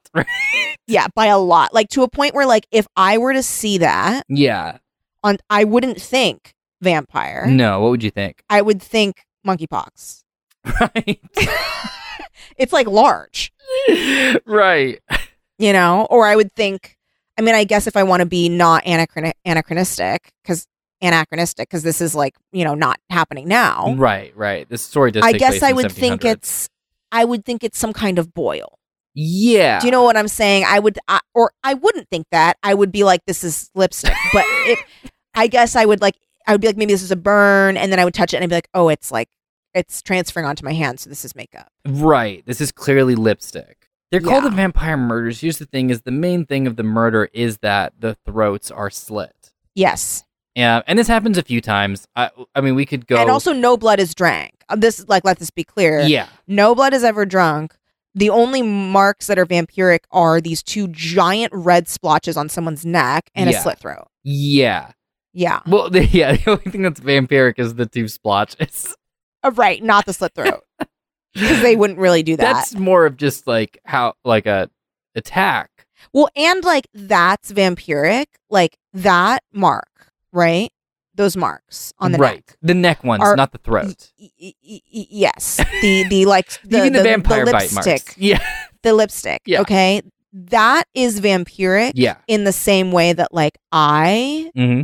lot.
right?
Yeah, by a lot. Like to a point where like if I were to see that
Yeah.
on I wouldn't think vampire.
No, what would you think?
I would think monkeypox.
Right.
It's like large,
right.
you know, or I would think I mean I guess if I want to be not anachron- anachronistic cuz anachronistic cuz this is like, you know, not happening now.
Right, right. This story does
Oh. I
take
guess
place
I
in
would think
1700s.
it's I would think it's some kind of boil.
Yeah.
Do you know what I'm saying? I would, I, or I wouldn't think that. I would be like, this is lipstick. But it, I guess I would like, I would be like, maybe this is a burn. And then I would touch it and I'd be like, oh, it's like, it's transferring onto my hand. So this is makeup.
Right. This is clearly lipstick. They're called
Yeah.
the vampire murders. Here's the thing is the main thing of the murder is that the throats are slit.
Yes.
Yeah, and this happens a few times. I I mean we could go
And also, no blood is drank. Uh, This, like, let this be clear.
Yeah.
No blood is ever drunk. The only marks that are vampiric are these two giant red splotches on someone's neck and
Yeah.
a slit throat.
Yeah.
Yeah.
Well, the, yeah, the only thing that's vampiric is the two splotches.
Uh, Right. Not the slit throat. Because they wouldn't really do that.
That's more of just like how like a attack.
Well, and like that's vampiric, like that mark, right? Those marks on the
right.
neck.
The neck ones,
Are-
not the throat.
Y- y- y- y- yes, the the like the,
Even the,
the,
vampire
the
bite
lipstick,
marks. Yeah.
the lipstick.
Yeah.
Okay, that is vampiric
Yeah.
in the same way that like I
hmm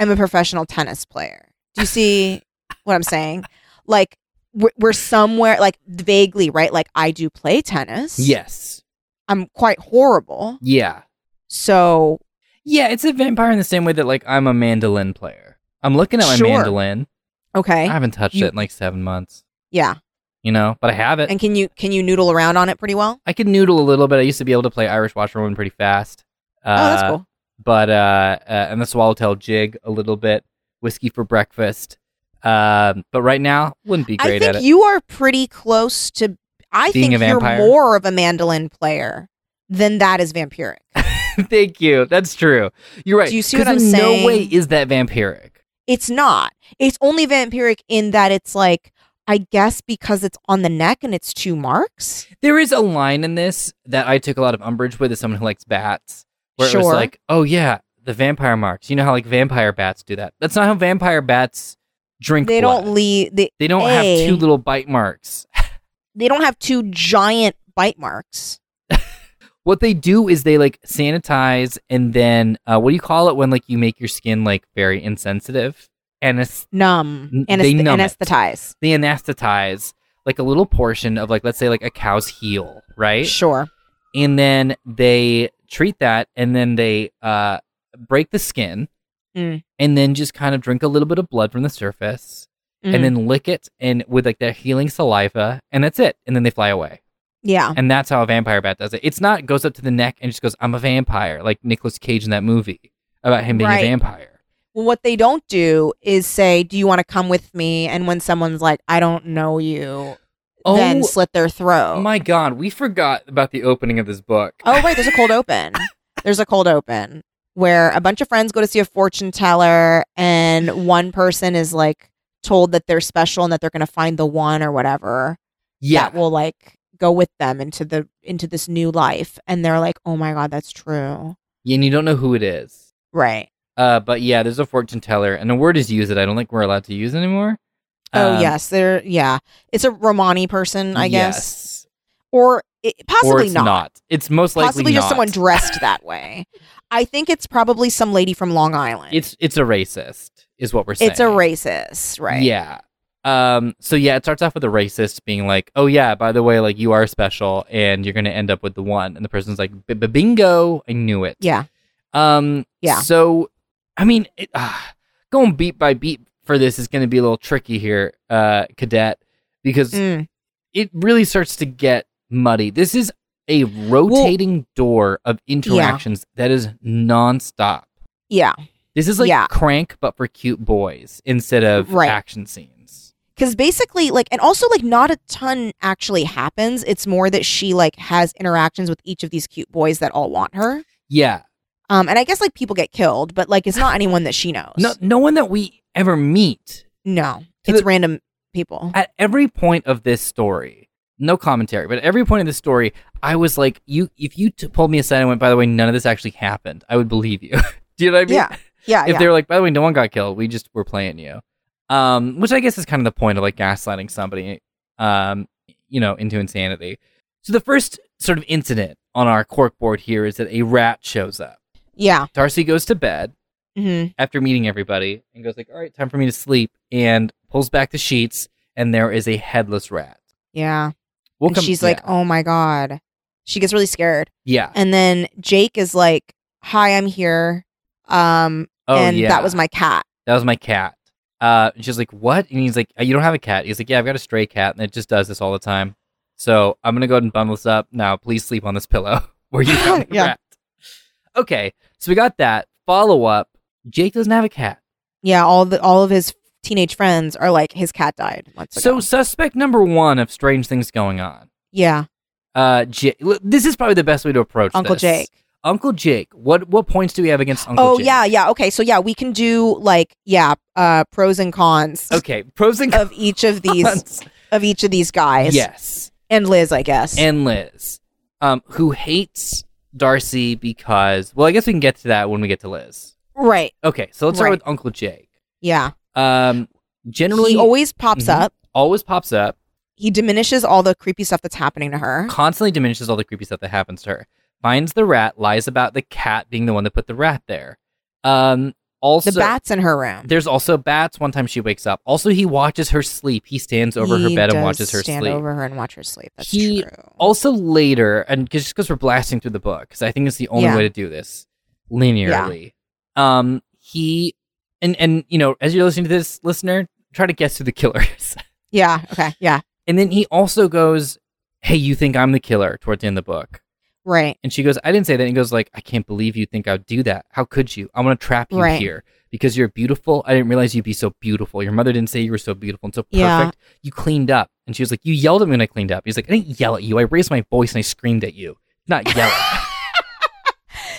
am a professional tennis player. Do you see what I'm saying? Like we're, we're somewhere like vaguely right. Like I do play tennis.
Yes.
I'm quite horrible.
Yeah.
So
Yeah, it's a vampire in the same way that like I'm a mandolin player. I'm looking at my
Sure.
mandolin. I
okay,
haven't touched
You-
it in like seven months.
yeah.
You know, but I have it.
And can you can you noodle around on it pretty well?
I could noodle a little bit. I used to be able to play Irish Watchwoman pretty fast. Uh,
oh, that's cool.
but uh, uh and the swallowtail jig a little bit whiskey for breakfast um but right now wouldn't be
I
great at
think
it
you are pretty close to. I
Being
think
a vampire?
you're more of a mandolin player than that is vampiric.
thank you that's true you're right
Do you see what
'Cause
I'm
in no
saying?
way is that vampiric
It's not. It's only vampiric in that it's like I guess because it's on the neck and it's two marks.
there is a line in this that i took a lot of umbrage with as someone who likes bats where it was
Sure.
like oh yeah the the vampire marks. You know how like vampire bats do that. That's not how vampire bats drink.
They
blood.
don't leave. They
They don't
A.
have two little bite marks.
they don't have two giant bite marks.
What they do is they like sanitize and then uh, what do you call it when like you make your skin like very insensitive? Anas-
Numb.
N-
Anest-
they numb it.
anesthetize.
they anesthetize like a little portion of like let's say like a cow's heel, right?
Sure.
and then they treat that and then they uh, break the skin
Mm.
and then just kind of drink a little bit of blood from the surface
Mm.
and then lick it and with like their healing saliva and that's it and then they fly away
yeah.
and that's how a vampire bat does it it's not goes up to the neck and just goes i'm a vampire like Nicolas cage in that movie about him being
Right.
a vampire
Well, what they don't do is say, "Do you want to come with me?" And when someone's like, "I don't know you,"
oh
then slit their throat.
my god we forgot about the opening of this book
Oh, right. There's a cold open. There's a cold open where a bunch of friends go to see a fortune teller, and one person is like told that they're special and that they're going to find the one or whatever
yeah
that will like go with them into the into this new life. And they're like, "Oh my god, that's true."
and you don't know who it is
Right.
Uh, but yeah, there's a fortune teller, and a word is used that I don't think we're allowed to use anymore.
Oh
Um,
yes, they're yeah. It's a Romani person, I guess,
yes.
or it, possibly
or it's not. It's most likely
possibly just
not.
someone dressed that way. I think it's probably some lady from Long Island.
It's it's a racist, is what we're saying.
it's a racist, right?
Yeah. Um. So yeah, it starts off with a racist being like, "Oh yeah, by the way, like you are special, and you're gonna end up with the one." And the person's like, "B- b- "Bingo! I knew it."
Yeah.
Um.
Yeah.
So, I mean, it, uh, going beat by beat for this is gonna be a little tricky here, uh, cadet, because
Mm.
it really starts to get muddy. This is a rotating door of interactions that is nonstop.
Yeah.
This is like
Yeah.
crank, but for cute boys instead of
Right.
action scenes.
because basically like and also like not a ton actually happens it's more that she like has interactions with each of these cute boys that all want her
Yeah,
um and i guess like people get killed but like it's not anyone that she knows
no, no one that we ever meet
no
To
it's
the-
random people
at every point of this story. No commentary, but at every point of this story, I was like, "You, if you t- pulled me aside and went, by the way, none of this actually happened, I would believe you." Do you know what I mean?
yeah yeah
if
yeah
they were like, by the way, no one got killed, we just were playing you. Um, which I guess is kind of the point of like gaslighting somebody, um, you know, into insanity. So the first sort of incident on our cork board here is that a rat shows up.
yeah
Darcy goes to bed
hmm
after meeting everybody and goes like, all right, time for me to sleep, and pulls back the sheets, and there is a headless rat.
yeah
We'll
and
come-
she's like
yeah.
oh my god she gets really scared
yeah,
and then jake is like hi i'm here um
oh
and
yeah,
that was my cat
that was my cat. Uh, and she's like, what? And he's like, "Uh, you don't have a cat. He's like, yeah, I've got a stray cat, and it just does this all the time. So I'm gonna go ahead and bundle this up now. Please sleep on this pillow where you found the
Yeah.
rat. Okay, so we got that follow up. Jake doesn't have a cat.
yeah all the all of his teenage friends are like his cat died months
So
ago.
suspect number one of strange things going on.
yeah
Uh, J- l- this is probably the best way to approach
uncle
this.
jake
Uncle Jake. What what points do we have against Uncle
oh
Jake?
yeah yeah okay so yeah we can do like yeah uh pros and cons
Okay, pros and cons.
of each of these of each of these guys
Yes.
and liz i guess
and Liz, um, who hates Darcy because, well, I guess we can get to that when we get to Liz.
right
Okay, so let's start
Right.
with Uncle Jake.
yeah
Um, generally,
he always pops
Mhm.
up
always pops up,
he diminishes all the creepy stuff that's happening to her
constantly diminishes all the creepy stuff that happens to her. Finds the rat, lies about the cat being the one that put the rat there. Um, also,
the bats in her room
there's also bats. One time she wakes up. Also, he watches her sleep. He stands over her
He
bed and
does
watches her
stand
sleep.
over her and watch her sleep that's
He-
true
also later, and 'cause- just because we're blasting through the book, because I think it's the only
Yeah.
way to do this linearly. Um, he and and you know, as you're listening to this, listener, try to guess who the killer is.
yeah okay yeah
and then he also goes, "Hey, you think I'm the killer?" Towards the end of the book,
right
and she goes, "I didn't say that." And he goes, "Like, I can't believe you think I'd do that. How could you? I want to trap you
Right.
here." Because you're beautiful. I didn't realize you'd be so beautiful. Your mother didn't say you were so beautiful and so perfect.
Yeah.
You cleaned up. And she was like, You yelled at me when I cleaned up. He's like, I didn't yell at you. I raised my voice and I screamed at you. Not yell.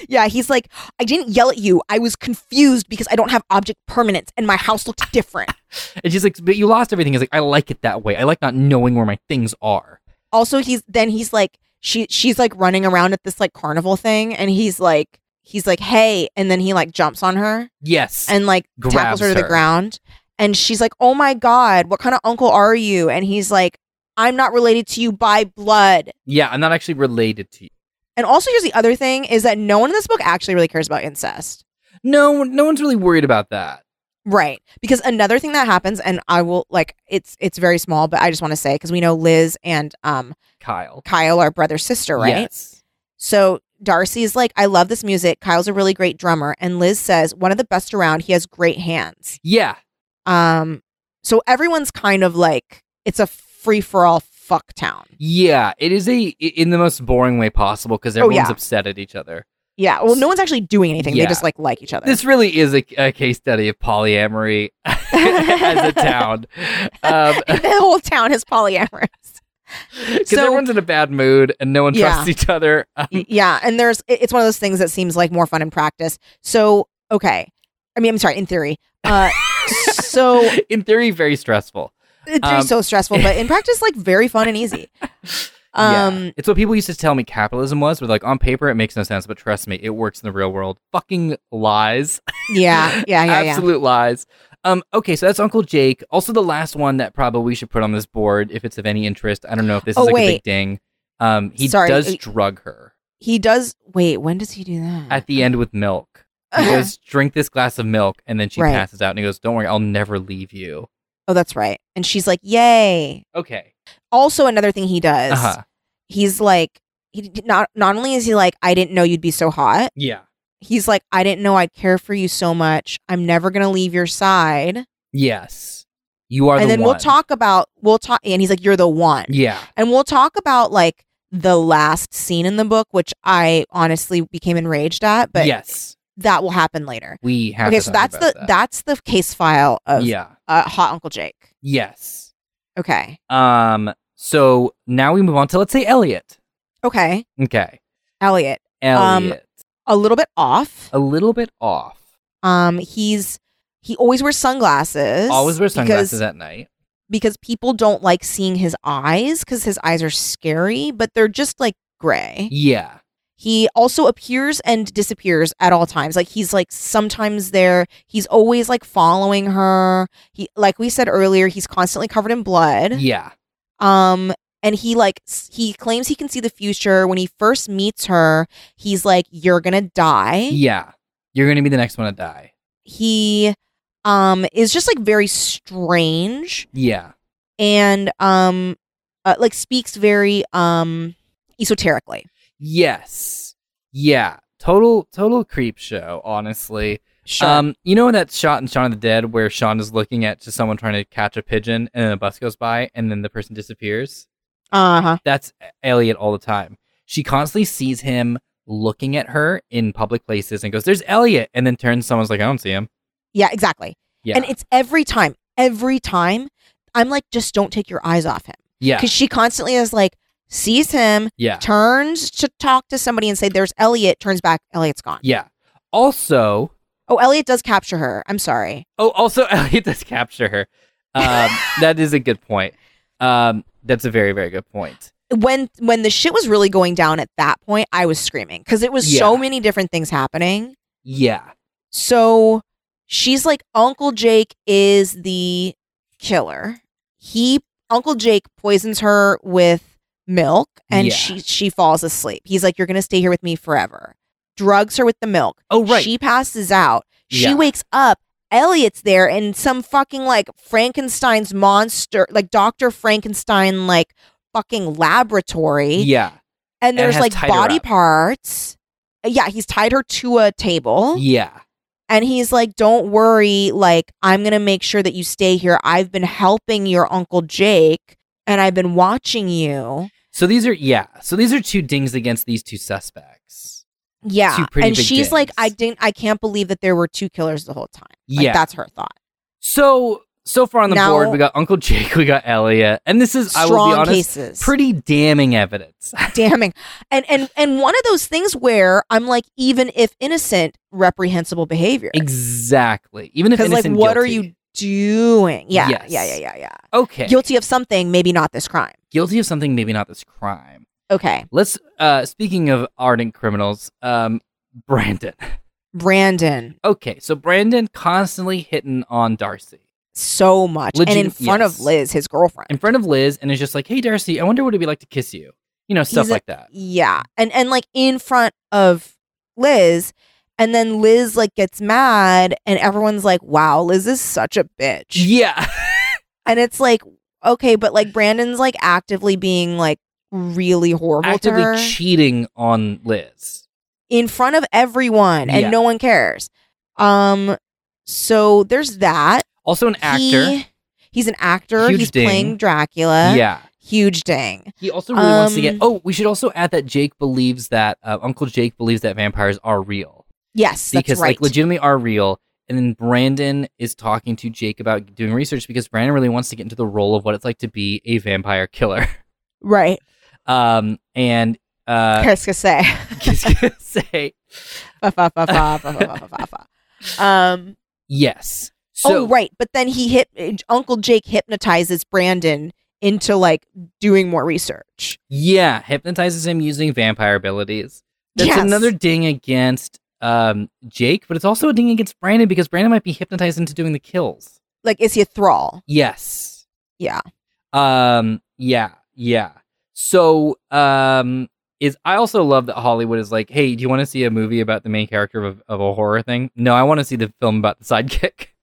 yeah he's like i didn't yell at you i was confused because i don't have object permanence and my house looks different
And she's like, but you lost everything. He's like, I like it that way. I like not knowing where my things are.
also he's then he's like she she's like running around at this like carnival thing and he's like he's like, "Hey," and then he like jumps on her
Yes.
and like
Grabs
tackles her to
her.
the ground. And she's like, "Oh my god, what kind of uncle are you?" And he's like, "I'm not related to you by blood."
yeah, I'm not actually related to you.
And also, here's the other thing: is that no one in this book actually really cares about incest,
No, no one's really worried about that.
right? Because another thing that happens, and I will like, it's it's very small, but I just want to say because we know Liz and um
Kyle.
Kyle are brother sister, right?
Yes.
So Darcy is like, I love this music. Kyle's a really great drummer, and Liz says one of the best around. He has great hands.
Yeah.
Um, so everyone's kind of like it's a free for all fuck town.
Yeah. It is a i- in the most boring way possible because
Oh,
everyone's
yeah.
upset at each other.
Yeah. Well, no one's actually doing anything.
Yeah.
They just like like each other.
This really is a, a case study of polyamory as a town. Um,
the whole town is polyamorous.
because
So-
everyone's in a bad mood and no one
Yeah.
trusts each other. Uh,
Y- yeah and there's it- it's one of those things that seems like more fun in practice so okay i mean i'm sorry in theory uh so
in theory, very stressful.
it's
Um,
so stressful but in practice like very fun and easy
Yeah.
um
It's what people used to tell me capitalism was. But like on paper, it makes no sense, but trust me, it works in the real world. Fucking lies.
yeah yeah yeah yeah
Absolute lies. Um, okay, so that's Uncle Jake. Also, the last one that probably we should put on this board if it's of any interest. I don't know if this
Oh,
is like a big
wait.
ding. Um, he
Sorry,
does
it-
drug her
he does wait when does he do that
at the end with milk. He goes, drink this glass of milk, and then she
Uh-huh. Right.
passes out, and he goes, "Don't worry, I'll never leave you."
oh that's right and she's like yay
Okay.
also another thing he does
Uh-huh.
he's like he d- not not only is he like i didn't know you'd be so hot
Yeah.
he's like i didn't know i'd care for you so much i'm never gonna leave your side
Yes. You are
and
the
then we'll
one.
talk about we'll talk and he's like you're the one
Yeah.
and we'll talk about like the last scene in the book which i honestly became enraged at but
yes,
that will happen later
we have.
okay
to
so
talk
that's the
about that.
that's the case file of
yeah.
uh, hot uncle jake
Yes.
okay
Um. So now we move on to let's say Elliot.
okay
Okay.
elliot Um,
Elliot,
a little bit off
a little bit off.
um he's he always wears sunglasses
Always wear sunglasses
because,
at night.
because people don't like seeing his eyes because his eyes are scary but they're just like gray
Yeah.
He also appears and disappears at all times. Like he's like sometimes there. He's always like following her. He like we said earlier, he's constantly covered in blood.
Yeah.
Um and he like s- he claims he can see the future. When he first meets her, he's like you're going to die.
Yeah. You're gonna be the next one to die.
He um is just like very strange
Yeah.
and um uh, like speaks very um esoterically.
Yes. Yeah. Total total creep show, honestly.
Sure.
Um, you know that shot in Shaun of the Dead where Sean is looking at just someone trying to catch a pigeon and then a bus goes by and then the person disappears?
uh-huh.
That's E-, Elliot all the time. She constantly sees him looking at her in public places and goes, There's Elliot and then turns someone's like, I don't see him.
Yeah, exactly.
Yeah.
And it's every time, every time, I'm like, just don't take your eyes off him.
yeah.
Because she constantly is like, sees him,
Yeah.
turns to talk to somebody and say, there's Elliot, turns back, Elliot's gone.
Yeah. Also,
Oh, Elliot does capture her. I'm sorry.
Oh, also Elliot does capture her. Um, that is a good point. Um, that's a very, very good point.
When when the shit was really going down at that point, I was screaming because it was
Yeah.
so many different things happening.
Yeah.
So she's like, Uncle Jake is the killer. He Uncle Jake poisons her with milk and
Yeah.
she she falls asleep. He's like, You're gonna stay here with me forever. Drugs her with the milk.
Oh, right.
She passes out. She
Yeah.
wakes up. Elliot's there and some fucking like Frankenstein's monster, like Dr. Frankenstein, like fucking laboratory
yeah.
and there's
has
like
tied her
body
up.
parts. Yeah, he's tied her to a table
Yeah.
and he's like, "Don't worry, like I'm going to make sure that you stay here. I've been helping your uncle Jake and I've been watching you."
So these are yeah. So these are two dings against these two suspects.
Yeah.
Two pretty
And
big
she's like,
dings.
"I didn't I can't believe that there were two killers the whole time." Like
Yeah.
that's her thought.
So so far on the
Now-
board, we got Uncle Jake, we got Elliot, and this is I will
Strong
be honest,
cases.
pretty damning evidence.
damning. And and and one of those things where I'm like even if innocent, reprehensible behavior.
exactly. Even if
Cuz like
innocent,
what are
guilty.
you doing? Yeah.
Yes.
Yeah, yeah, yeah, yeah.
okay
guilty of something, maybe not this crime.
guilty of something? Maybe not this crime.
Okay.
Let's uh speaking of ardent criminals, um Brandon.
Brandon
Okay, so Brandon constantly hitting on Darcy
so much, and in
Legit-
front
yes.
of Liz, his girlfriend.
in front of Liz and is just like, hey, Darcy, I wonder what it'd be like to kiss you. You know, stuff
He's a-
like that.
yeah, and and like in front of Liz, and then Liz like gets mad, and everyone's like, "Wow, Liz is such a bitch."
Yeah.
And it's like, okay, but like Brandon's like actively being like really horrible to her
Actively cheating on Liz.
in front of everyone, and
Yeah.
no one cares. Um, so there's that.
Also an actor.
He- he's an actor.
Huge
he's
ding.
playing Dracula.
yeah.
Huge ding.
He also really wants to get.
uh, Um,
Oh, we should also add that Jake believes that uh, Uncle Jake believes that vampires are real
Yes,
because,
that's right.
like, legitimately are real. And then Brandon is talking to Jake about doing research because Brandon really wants to get into the role of what it's like to be a vampire killer.
right.
Um, and uh,
Chris could say.
he's gonna say
Fa, fa, fa, fa, fa, fa, fa, fa, fa, fa. Um.
yes. So
oh, right. But then he hit Uncle Jake hypnotizes Brandon into like doing more research.
yeah, hypnotizes him using vampire abilities. That's
Yes.
another ding against um Jake, but it's also a ding against Brandon because Brandon might be hypnotized into doing the kills.
Like, is he a thrall?
Yes.
Yeah.
Um. Yeah. Yeah. So, um, is I also love that Hollywood is like, hey, do you want to see a movie about the main character of, of a horror thing? No, I want to see the film about the sidekick.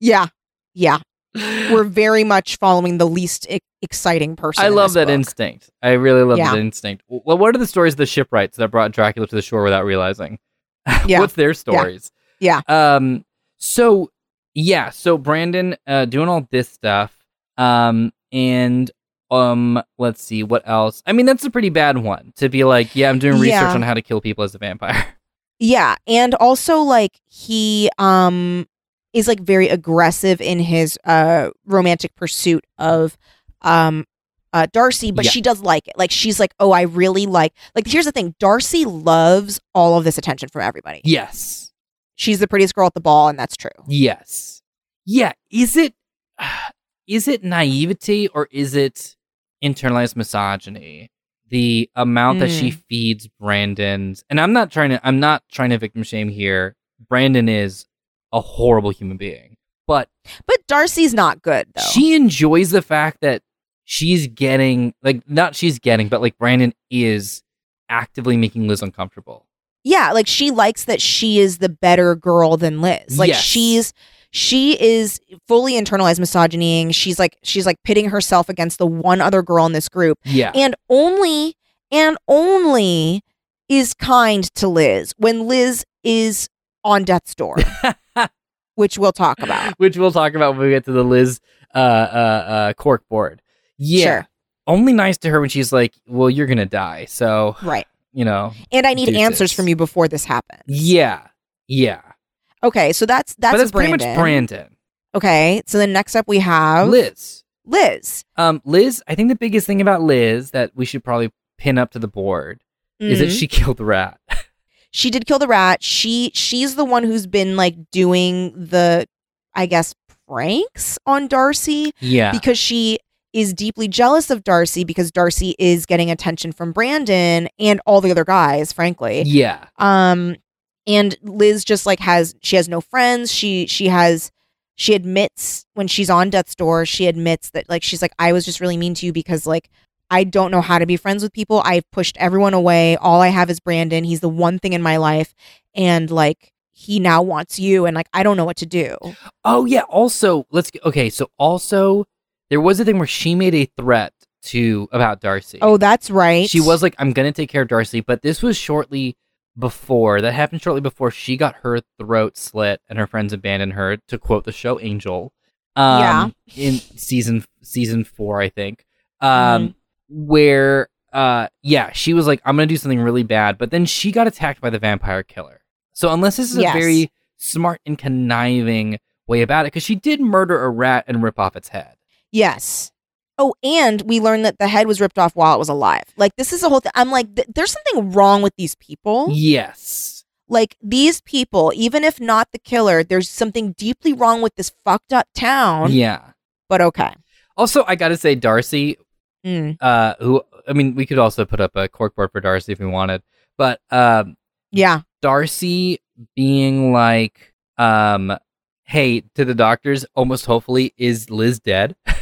Yeah. Yeah. We're very much following the least e- exciting person.
I
in
love
this
that
book.
instinct. I really love
Yeah.
that instinct. Well, what are the stories of the shipwrights that brought Dracula to the shore without realizing?
Yeah.
What's their stories?
Yeah.
Um. So yeah. So Brandon uh, doing all this stuff. Um. And um. Let's see what else. I mean, that's a pretty bad one to be like. Yeah, I'm doing research
Yeah.
on how to kill people as a vampire.
Yeah, and also like he um is like very aggressive in his uh romantic pursuit of um uh Darcy, but
Yeah.
she does like it. Like she's like, "Oh, I really like." Like here's the thing, Darcy loves all of this attention from everybody.
yes.
She's the prettiest girl at the ball and that's true.
Yes. Yeah. Is it? Is it naivety or is it internalized misogyny? The amount that she feeds Brandon's, and I'm not trying to. I'm not trying to victim shame here. Brandon is a horrible human being, but
But Darcy's not good though.
she enjoys the fact that she's getting like not she's getting, but like Brandon is actively making Liz uncomfortable.
yeah, like she likes that she is the better girl than Liz. Like
Yes.
she's she is fully internalized misogynying. She's like she's like pitting herself against the one other girl in this group.
Yeah.
and only and only is kind to Liz when Liz is on death's door, which we'll talk about.
which we'll talk about when we get to the Liz uh, uh, uh, cork board. Yeah.
Sure.
Only nice to her when she's like, well, you're going to die. So,
Right.
you know,
And I need
Deuces.
answers from you before this happens.
yeah. Yeah.
Okay, so that's that's,
but that's
Brandon. Oh.
pretty much Brandon.
Okay, so then next up we have
Liz.
Liz.
Um, Liz, I think the biggest thing about Liz that we should probably pin up to the board is that
Mhm.
she killed the rat.
she did kill the rat. She she's the one who's been like doing the I guess pranks on Darcy
yeah.
because she is deeply jealous of Darcy because Darcy is getting attention from Brandon and all the other guys, frankly.
yeah.
Um and Liz just like has she has no friends. She she has she admits when she's on death's door, she admits that like she's like I was just really mean to you because like I don't know how to be friends with people. I've pushed everyone away. All I have is Brandon. He's the one thing in my life and like he now wants you and like I don't know what to do.
Oh, yeah. Also, let's get, okay. So, also, there was a thing where she made a threat to about Darcy.
Oh, that's right.
She was like, I'm going to take care of Darcy, but this was shortly before. That happened shortly before she got her throat slit and her friends abandoned her, to quote the show Angel. Um,
Yeah.
In season season four, I think. Um,
Mm-hmm.
Where, uh, yeah, she was like, I'm going to do something really bad, but then she got attacked by the vampire killer. So, unless this is
Yes.
a very smart and conniving way about it, because she did murder a rat and rip off its head.
Yes. Oh, and we learned that the head was ripped off while it was alive. Like this is a whole thing. I'm like, th- there's something wrong with these people.
Yes.
Like these people, even if not the killer, there's something deeply wrong with this fucked up town.
Yeah.
But okay.
Also, I got to say, Darcy
Mm.
uh, who I mean, we could also put up a corkboard for Darcy if we wanted, but um,
Yeah.
Darcy being like, um, hey, to the doctors, almost hopefully, is Liz dead?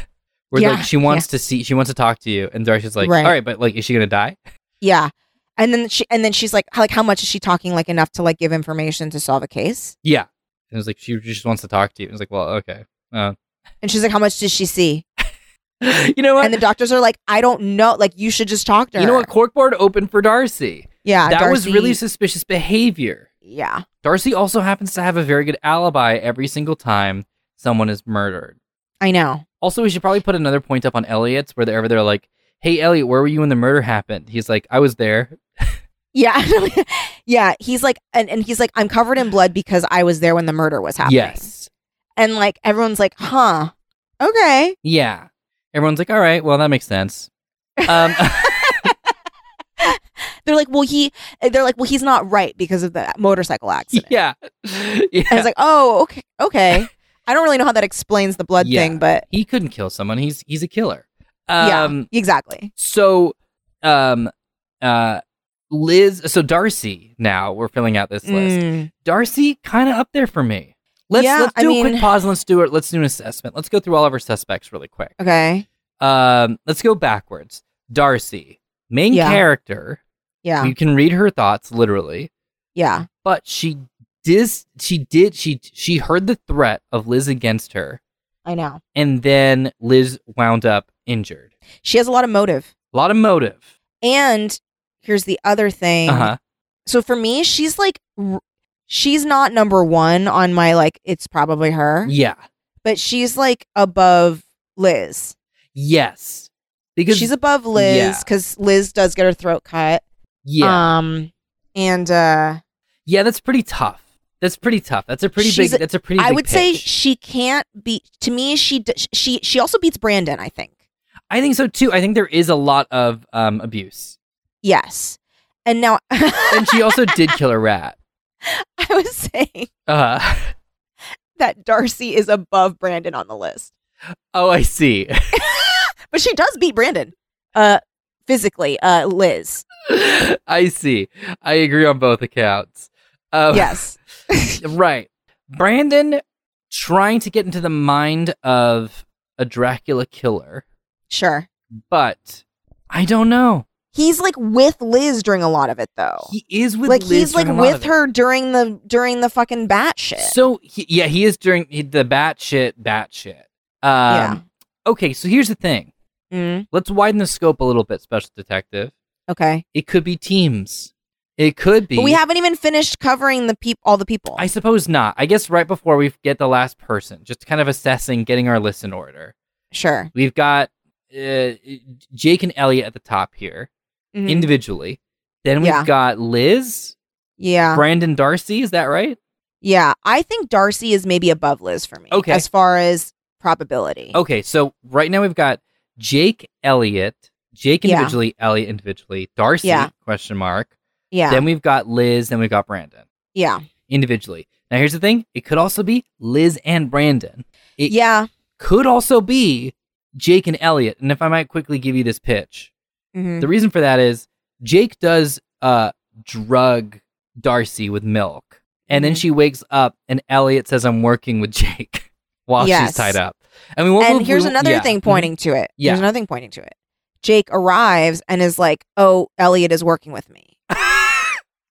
Where
Yeah,
like she wants to see, she wants to talk to you, and Darcy's like,
Right.
all right, but like, is she gonna die?
Yeah. And then she and then she's like, how- like how much is she talking like enough to like give information to solve a case?
Yeah. And it was like, she just wants to talk to you. It was like, well, okay.
And she's like, how much does she see?
You know what?
And the doctors are like, I don't know. Like you should just talk to her.
you know what? Corkboard opened for Darcy.
Yeah.
that was
Ah, Darcy-
really suspicious behavior.
yeah.
Darcy also happens to have a very good alibi every single time someone is murdered.
I know.
Also, we should probably put another point up on Elliot's where they're, they're like, hey, Elliot, where were you when the murder happened? He's like, I was there.
Yeah. yeah. He's like, and, and he's like, I'm covered in blood because I was there when the murder was happening.
Yes.
And like everyone's like, huh. Okay.
Yeah. Everyone's like, all right, well, that makes sense. Um,
They're like, well, he they're like, well, he's not right because of the motorcycle accident.
yeah. yeah.
And it's like, oh, okay, okay. I don't really know how that explains the blood
Yeah.
thing, but
he couldn't kill someone. He's he's a killer.
Yeah.
Um,
exactly.
So, um, uh, Liz, so Darcy. Now we're filling out this list.
Mm.
Darcy, kind of up there for me. Let's
Yeah,
let's
I
do a
mean-
quick pause. And let's do it. Let's do an assessment. Let's go through all of our suspects really quick.
Okay.
Um, let's go backwards. Darcy, main
Yeah.
character.
Yeah.
You can read her thoughts literally,
yeah.
but she dis she did she she heard the threat of Liz against her,
I know.
and then Liz wound up injured.
She has a lot of motive.
A lot of motive.
And here's the other thing.
Uh huh.
So for me, she's like, r- she's not number one on my like. It's probably her,
Yeah.
but she's like above Liz.
Yes. Because
She's above
Yeah.
Liz because Liz does get her throat cut.
yeah.
Um, and uh,
yeah, that's pretty tough. That's pretty tough. That's a pretty big
She's a-
that's a pretty
I
big
would say
pitch.
she can't be. To me, she d- she she also beats Brandon. I think.
I think so too. I think there is a lot of um abuse.
Yes. And now I
And she also did kill a rat.
was saying
Uh
that Darcy is above Brandon on the list.
Oh, I see.
But she does beat Brandon. Uh physically, uh Liz.
I see. I agree on both accounts. Um,
Yes.
Right. Brandon trying to get into the mind of a Dracula killer,
Sure.
but I don't know.
He's like with Liz during a lot of it though.
He is with
Oh. like
Liz
he's like
during a lot
with
of it.
her during the during the fucking bat shit.
So he, yeah, he is during he- the bat shit, bat shit. Um,
Yeah.
Okay, so here's the thing.
Mm,
Let's widen the scope a little bit, Special Detective.
okay.
It could be teams. It could be.
But we haven't even finished covering the peop all the people.
I suppose not. I guess right before we get the last person, just kind of assessing, getting our list in order.
sure.
We've got uh, Jake and Elliot at the top here Mm-hmm.
Mhm.
individually. Then we've
Yeah. Uh-huh.
got Liz,
yeah.
Brandon, Darcy. Is that right?
Yeah. I think Darcy is maybe above Liz for me.
Okay.
As far as probability.
Okay, so right now we've got Jake Elliott, Jake
Yeah.
individually, Elliot individually, Darcy
Yeah.
question mark.
Yeah.
Then we've got Liz, then we've got Brandon
yeah.
individually. Now here's the thing: it could also be Liz and Brandon. It
yeah.
could also be Jake and Elliot. And if I might quickly give you this pitch,
Mhm.
the reason for that is Jake does uh drug Darcy with milk, and then
Mhm.
she wakes up and Elliot says, "I'm working with Jake." While
Yes.
she's tied up, and we won't.
and
we-
here's
we-
another
yeah.
thing
Mhm.
pointing to it.
Yeah.
Here's another thing pointing to it. Jake arrives and is like, "Oh, Elliot is working with me."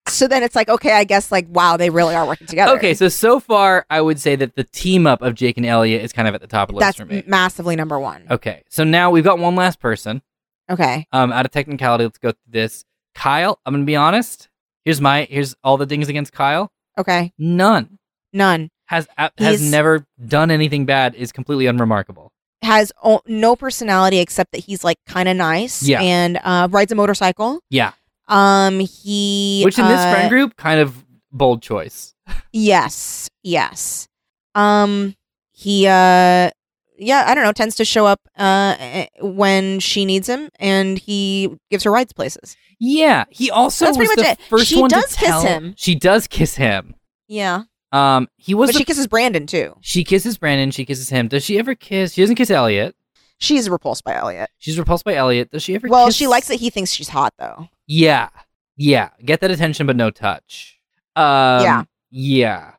so then it's like, okay, I guess like, wow, they really are working together.
Okay, so so far I would say that the team up of Jake and Elliot is kind of at the top of the
that's
list for me.
massively number one.
Okay, so now we've got one last person.
Okay,
Um, out of technicality, let's go through this. Kyle, I'm gonna be honest. Here's my here's all the dings against Kyle.
okay,
None
none
has a- has
He's-
never done anything bad. Is completely unremarkable.
has o- no personality except that he's like kind of nice.
Yeah.
and uh, rides a motorcycle.
Yeah,
Um, he
which in this
uh,
friend group, kind of bold choice.
Yes, yes. Um, he, uh, yeah, I don't know, tends to show up uh eh, when she needs him, and he gives her rides places.
Yeah, he also
That's
was
pretty
the
much it.
first
She
one to
does kiss
tell-
him.
She does kiss him.
Yeah,
Um, he was
but
the-
she kisses Brandon too.
she kisses Brandon. She kisses him. Does she ever kiss? She doesn't kiss Elliot.
She's repulsed by Elliot.
She's repulsed by Elliot. Does she ever?
Well,
kiss-
she likes that he thinks she's hot though.
Yeah, yeah. Get that attention, but no touch. Um,
Yeah.
Yeah.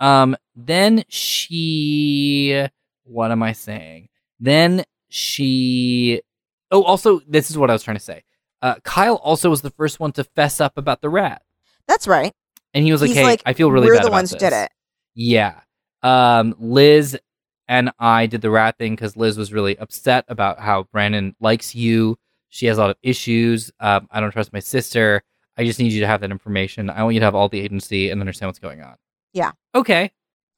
Um, then she. What am I saying? Then she. Oh, also, this is what I was trying to say. Uh, Kyle also was the first one to fess up about the rat,
That's right.
and he was like,
He's
"Hey,
like,
I feel really
We're
bad
the
about
ones who did
this."
it.
Yeah. Um, Liz and I did the rat thing because Liz was really upset about how Brandon likes you. She has a lot of issues. Um, I don't trust my sister. I just need you to have that information. I want you to have all the agency and understand what's going on.
Yeah.
Okay.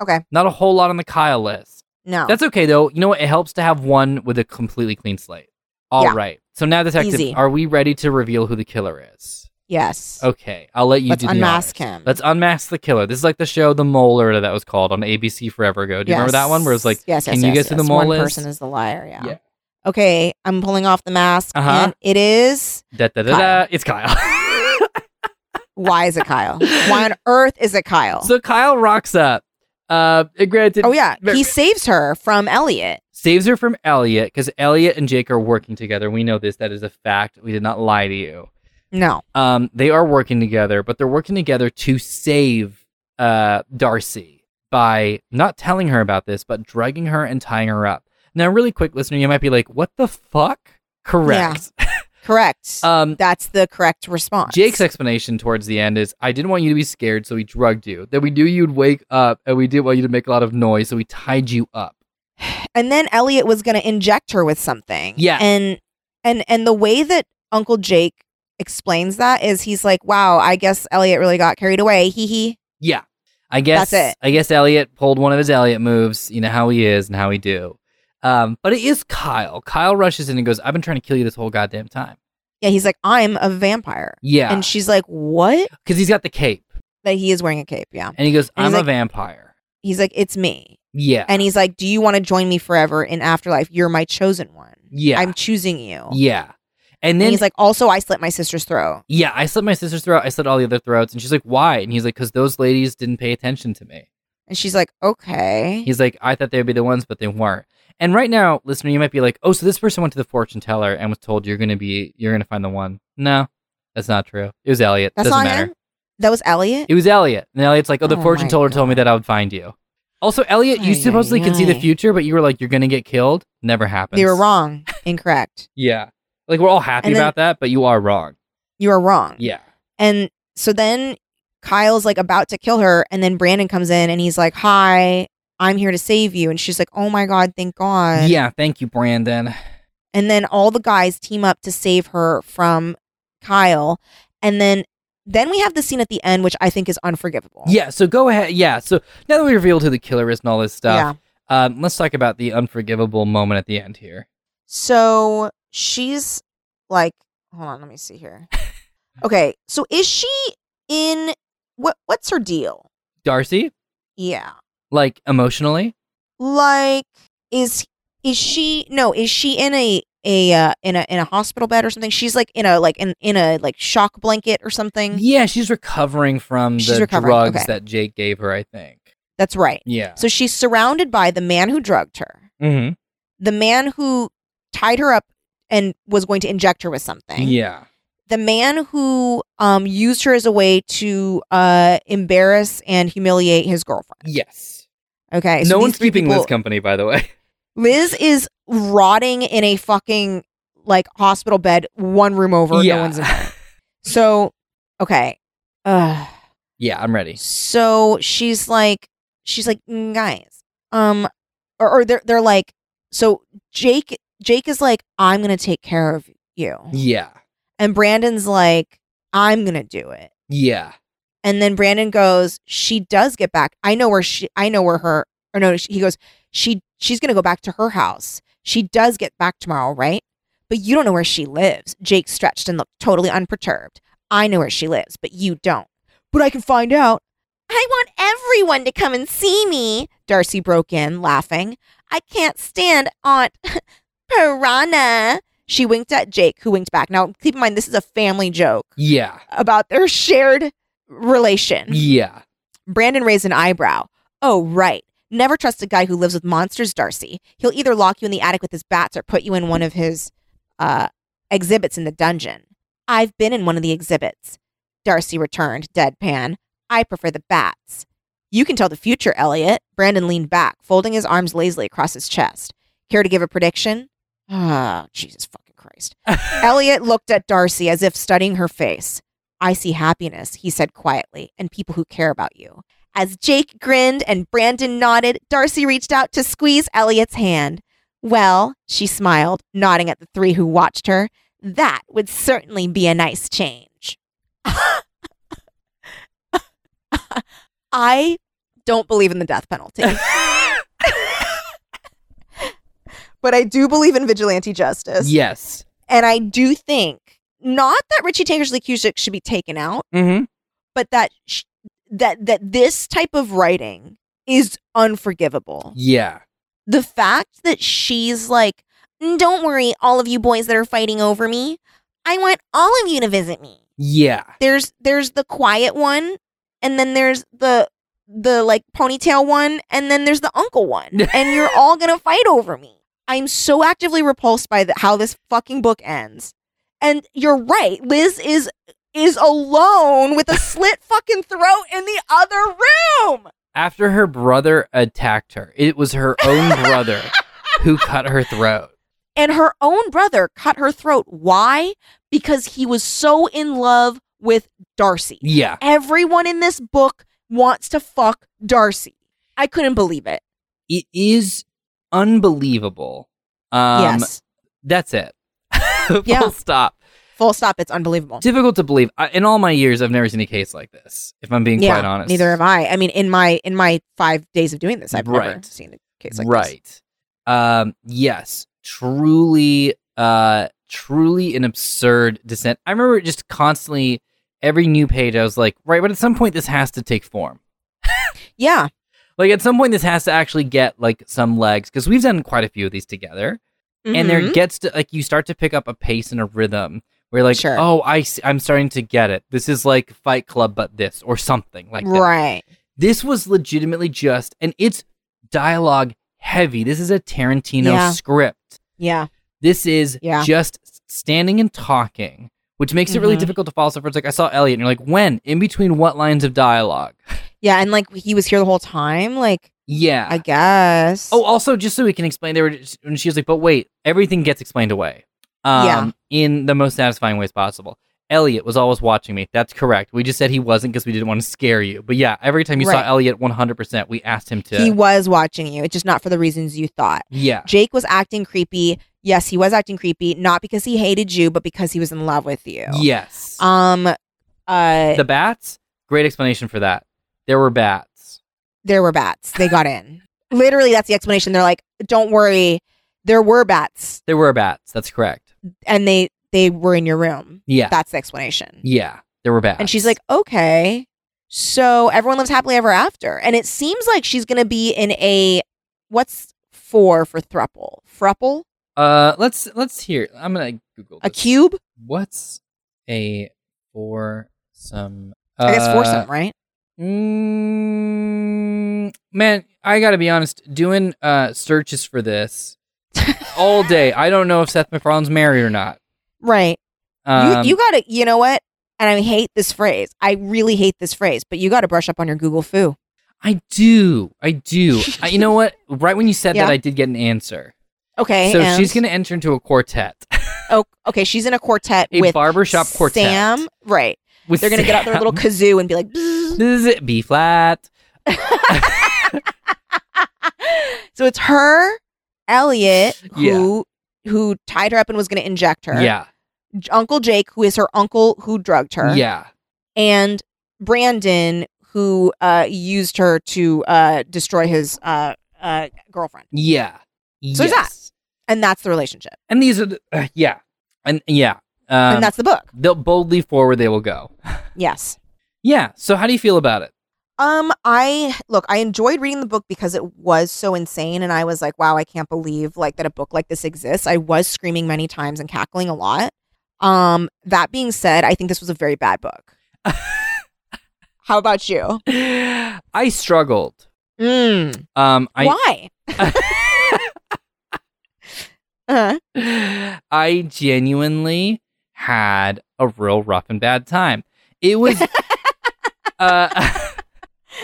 Okay.
Not a whole lot on the Kyle list.
No.
That's okay though. You know what? It helps to have one with a completely clean slate. All right.
Yeah.
So now, detective,
Easy.
are we ready to reveal who the killer is?
yes.
Okay, I'll let Oh, you
Let's
do the
unmask
honors.
him.
Let's unmask the killer. This is like the show The Mole or that was called on ABC forever ago. Do you remember that one where it's like
yes, yes,
can you
yes,
guess who the
yes.
mole
One
is?
person is the liar. Yeah.
Yeah.
Okay, I'm pulling off the mask,
Uh-huh.
and it is.
da da da da?
Kyle.
It's Kyle.
Why is it Kyle? Why on earth is it Kyle?
so Kyle rocks up. Uh, and granted,
oh yeah,
Remember-
he saves her from Elliot.
saves her from Elliot because Elliot and Jake are working together. We know this. That is a fact. We did not lie to you.
No.
Um, they are working together, but they're working together to save uh Darcy by not telling her about this, but drugging her and tying her up. Now, really quick, listener, you might be like, "What the fuck?" Correct.
Correct.
Um,
That's the correct response.
Jake's explanation towards the end is, "I didn't want you to be scared, so we drugged you. Then we knew you'd wake up, and we didn't want you to make a lot of noise, so we tied you up."
and then Elliot was going to inject her with something.
Yeah.
And and and the way that Uncle Jake explains that is he's like, "Wow, I guess Elliot really got carried away." Hee hee.
Yeah. I guess
That's it.
I guess Elliot pulled one of his Elliot moves, you know how he is and how he do. Um, but it is Kyle. Kyle rushes in and goes, I've been trying to kill you this whole goddamn time.
Yeah, he's like, "I'm a vampire."
Yeah.
And she's like, "What?"
Because he's got the cape.
That he is wearing a cape, yeah.
And he goes,
And
I'm
he's
a
like-
vampire.
He's like, "It's me."
Yeah.
And he's like, "Do you want to join me forever in afterlife? You're my chosen one.
yeah.
I'm choosing you."
yeah. And
And
then
he's like, "Also, I slit my sister's throat."
Yeah, I slit my sister's throat, I slit all the other throats, and she's like, Why? And he's like, Because those ladies didn't pay attention to me.
And she's like, "Okay."
He's like, I thought they'd be the ones, but they weren't. And right now, listener, you might be like, oh, so this person went to the fortune teller and was told you're gonna be, you're gonna find the one. No, that's not true. It was Elliot.
That's
Doesn't
not
matter.
him. That was Elliot.
It was Elliot. And Elliot's like, oh, the
Oh
fortune
my
teller told me
God. Oh
that I would find you. Also, Elliot, you
Ay,
supposedly
ay,
could see the
ay.
future, but you were like, you're gonna get killed. Never happened.
They were wrong. Incorrect.
Yeah, like we're all happy
And then-
about that, but you are wrong.
You are wrong.
Yeah,
And so then Kyle's like about to kill her. And then Brandon comes in and he's like, Hi, I'm here to save you. And she's like, Oh my God, thank God.
yeah. Thank you, Brandon.
And then all the guys team up to save her from Kyle. And then then we have the scene at the end, which I think is unforgivable.
Yeah. So go ahead. Yeah. So now that we revealed who the killer is and all this stuff,
Yeah.
Um, let's talk about the unforgivable moment at the end here.
So she's like, hold on, let me see here. Okay. So is she in what what's her deal?
Darcy,
Yeah.
like emotionally,
like is is she no is she in a a uh, in a in a hospital bed or something she's like in a like in in a like shock blanket or something
yeah, she's recovering from
She's
the
recovering,
drugs
okay.
that Jake gave her. I think.
that's right
Yeah.
so she's surrounded by the man who drugged her
Mm-hmm.
the man who tied her up and was going to inject her with something
Yeah.
the man who um used her as a way to uh embarrass and humiliate his girlfriend
Yes.
okay so
no
these
one's
three
keeping
people,
Liz company, by the way.
Liz is rotting in a fucking like hospital bed, one room over. No one's in there. So, okay. Uh,
yeah, I'm ready.
so she's like, she's like, "Mm, guys, um, or, or they're they're like, so Jake Jake is like, I'm gonna take care of you,
Yeah.
and Brandon's like, I'm gonna do it,
Yeah.
and then Brandon goes, she does get back. I know where she. I know where her. Or no, he goes, she. She's gonna go back to her house. She does get back tomorrow, right? But you don't know where she lives. Jake stretched and looked totally unperturbed. I know where she lives, but you don't. But I can find out. I want everyone to come and see me. Darcy broke in, laughing. I can't stand Aunt Piranha. She winked at Jake, who winked back. Now, keep in mind, this is a family joke
Yeah.
about their shared relation.
Yeah.
Brandon raised an eyebrow. Oh, right. Never trust a guy who lives with monsters, Darcy. He'll either lock you in the attic with his bats or put you in one of his uh, exhibits in the dungeon. I've been in one of the exhibits, Darcy returned, deadpan. I prefer the bats. You can tell the future, Elliot. Brandon leaned back, folding his arms lazily across his chest. Care to give a prediction? Ah, Jesus fucking Christ. Elliot looked at Darcy as if studying her face. I see happiness, he said quietly, and people who care about you. As Jake grinned and Brandon nodded, Darcy reached out to squeeze Elliot's hand. Well, she smiled, nodding at the three who watched her. That would certainly be a nice change. I don't believe in the death penalty. but I do believe in vigilante justice.
yes.
And I do think not that Richie Tankersley Cusick should be taken out,
Mm-hmm.
but that sh- that that this type of writing is unforgivable.
Yeah.
The fact that she's like, "Mm, "Don't worry, all of you boys that are fighting over me, I want all of you to visit me."
Yeah.
There's there's the quiet one, and then there's the the like ponytail one, and then there's the uncle one, and you're all gonna fight over me. I'm so actively repulsed by the, how this fucking book ends. And you're right, Liz is is alone with a slit fucking throat in the other room.
After her brother attacked her, it was her own brother who cut her throat.
And her own brother cut her throat. Why? Because he was so in love with Darcy.
Yeah.
Everyone in this book wants to fuck Darcy. I couldn't believe it.
It is unbelievable. Um,
yes.
That's it. Full
Yeah.
stop.
Full stop. It's unbelievable.
Difficult to believe. I, in all my years, I've never seen a case like this, if I'm being quite honest.
Neither have I. I mean, in my in my five days of doing this, I've never
Right.
seen a case like this.
right. Um, yes, truly, uh, truly an absurd descent. I remember just constantly every new page, I was like, right, but at some point this has to take form.
Yeah.
Like at some point this has to actually get like some legs because we've done quite a few of these together, and there
Mhm.
gets to like you start to pick up a pace and a rhythm. Where like,
Sure.
oh, I see, I'm starting to get it. This is like Fight Club, but this or something like that.
right.
This was legitimately just, and it's dialogue heavy. This is a Tarantino
Yeah.
script.
Yeah.
This is
Yeah.
just standing and talking, which makes it really
Mhm.
difficult to follow. So it's like I saw Elliot, and you're like, when? In between what lines of dialogue?
Yeah. And like he was here the whole time. Like
Yeah.
I guess.
oh, also, just so we can explain, there were just, and she was like, but wait, everything gets explained away. Um,
Yeah.
In the most satisfying ways possible. Elliot was always watching me. That's correct. We just said he wasn't because we didn't want to scare you. But yeah, every time you
Right.
saw Elliot 100%, we asked him to.
he was watching you. It's just not for the reasons you thought.
yeah.
Jake was acting creepy. Yes, he was acting creepy, not because he hated you, but because he was in love with you.
Yes.
Um. Uh.
the bats great explanation for that there were bats
there were bats. They got in. Literally, that's the explanation. They're like, "Don't worry, there were bats,
there were bats that's correct
and they they were in your room."
yeah
That's the explanation.
yeah there were bats
And she's like, "Okay, so everyone lives happily ever after." And it seems like she's gonna be in a what's four for thruple? Thruple?
uh let's let's hear i'm gonna google
A
this.
cube?
what's a foursome
I guess
Uh,
foursome, right?
mm, man i gotta be honest doing uh searches for this all day i don't know if seth macfarlane's married or not
Right.
um,
you you gotta. You know what? And I hate this phrase. I really hate this phrase. But you gotta brush up on your Google foo.
i do i do I, you know what right when you said
Yeah.
that i did get an answer
Okay.
so
and-
she's gonna enter into a quartet
Oh, okay. She's in a quartet
a
with
barbershop quartet.
Sam, right?
With
They're gonna get out their little
Sam.
kazoo and be like, "Bzzz."
This is it. B flat.
so it's her, Elliot, who who tied her up and was gonna inject her.
Yeah.
J- Uncle Jake, who is her uncle who drugged her.
Yeah.
And Brandon, who uh, used her to uh, destroy his uh, uh, girlfriend,
Yeah.
So is that. and that's the relationship,
And these are the uh, yeah. And yeah. Um,
and that's the book.
they'll boldly forward they will go.
Yes.
Yeah. So how do you feel about it?
Um, I look, I enjoyed reading the book because it was so insane and I was like, wow, I can't believe like that a book like this exists. I was screaming many times and cackling a lot. Um, that being said, I think this was a very bad book. How about you?
I struggled.
Mm,
Um I
why? uh,
I genuinely had a real rough and bad time. It was uh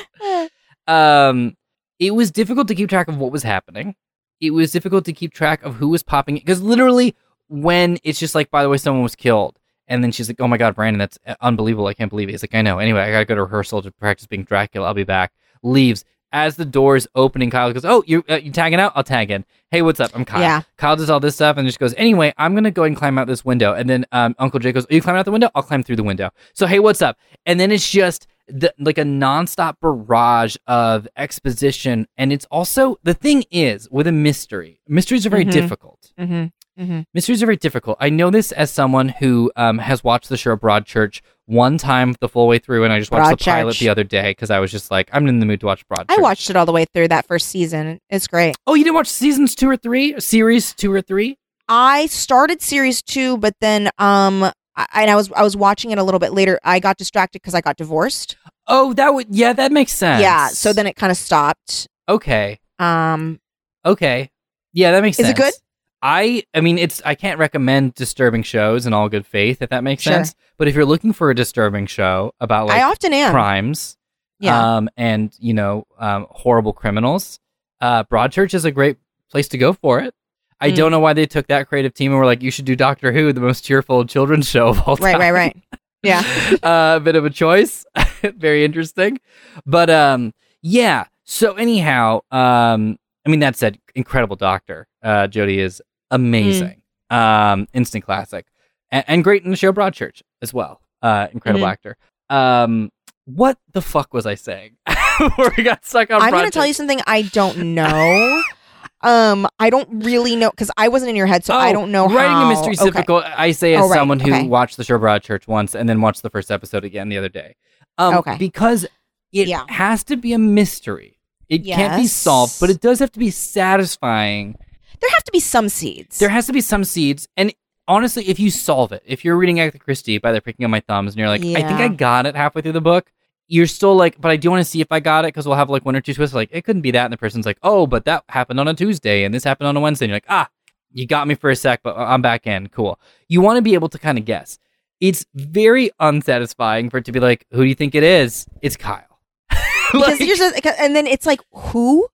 Um, it was difficult to keep track of what was happening. It was difficult to keep track of who was popping it because literally when it's just like, by the way, someone was killed, and then she's like, "Oh my god, Brandon, that's uh, unbelievable. I can't believe it." He's like, "I know." Anyway, I gotta go to rehearsal to practice being Dracula. I'll be back. Leaves. As the door is opening, Kyle goes, "Oh, you uh, you tagging out? I'll tag in. Hey, what's up? I'm Kyle."
Yeah.
Kyle does all this stuff and just goes, anyway, I'm going to go and climb out this window. And then um, Uncle Jake goes, Are you climbing out the window? I'll climb through the window. So, hey, what's up? And then it's just the, like a nonstop barrage of exposition. And it's also the thing is with a mystery, mysteries are very
Mhm.
difficult.
Mm-hmm. Mm-hmm.
Mysteries are very difficult. I know this as someone who um, has watched the show Broadchurch one time the full way through. And I just watched the pilot
Broadchurch.
the other day because I was just like, I'm in the mood to watch Broadchurch.
I watched it all the way through that first season. It's great.
Oh, you didn't watch seasons two or three? Series two or three?
I started series two, but then um, I, and I was I was watching it a little bit later. I got distracted because I got divorced.
Oh, that would yeah, that makes sense.
Yeah, so then it kind of stopped.
okay,
Um,
okay, yeah, that makes
Is it
sense.
good?
I I mean, it's I can't recommend disturbing shows in all good faith if that makes
Sure.
sense. But if you're looking for a disturbing show about
I
like
often am.
crimes,
Yeah,
um, and you know, um, horrible criminals, uh, Broadchurch is a great place to go for it. I
Mm.
don't know why they took that creative team and were like, you should do Doctor Who, the most cheerful children's show of all time.
right, right, right. Yeah.
a Uh, bit of a choice. Very interesting. But um yeah, so anyhow, um I mean that said, incredible doctor. Uh Jodie is amazing. Um instant classic. And, and great in the show Broadchurch as well. Uh incredible
Mhm.
actor. Um what the fuck was I saying? Where we got stuck on
I'm
Broadchurch.
gonna tell you something I don't know. um, I don't really know because I wasn't in your head, so I
Oh,
don't know
Writing
how.
a mystery is
okay.
difficult. I say as
Oh, right,
someone who
okay.
watched the show Broadchurch once and then watched the first episode again the other day. Um,
Okay.
Because it
Yeah.
has to be a mystery. It can't be solved, but
Yes.
it does have to be satisfying.
There have to be some seeds.
There has to be some seeds. And honestly, if you solve it, if you're reading Agatha Christie by the pricking of my thumbs and you're like, I think
Yeah.
I got it halfway through the book, you're still like, but I do want to see if I got it because we'll have like one or two twists. Like, it couldn't be that. And the person's like, oh, but that happened on a Tuesday and this happened on a Wednesday. And you're like, ah, you got me for a sec, but uh, I'm back in. Cool. You want to be able to kind of guess. It's very unsatisfying for it to be like, who do you think it is? It's Kyle.
because
Like-
here's a, because- and then it's like who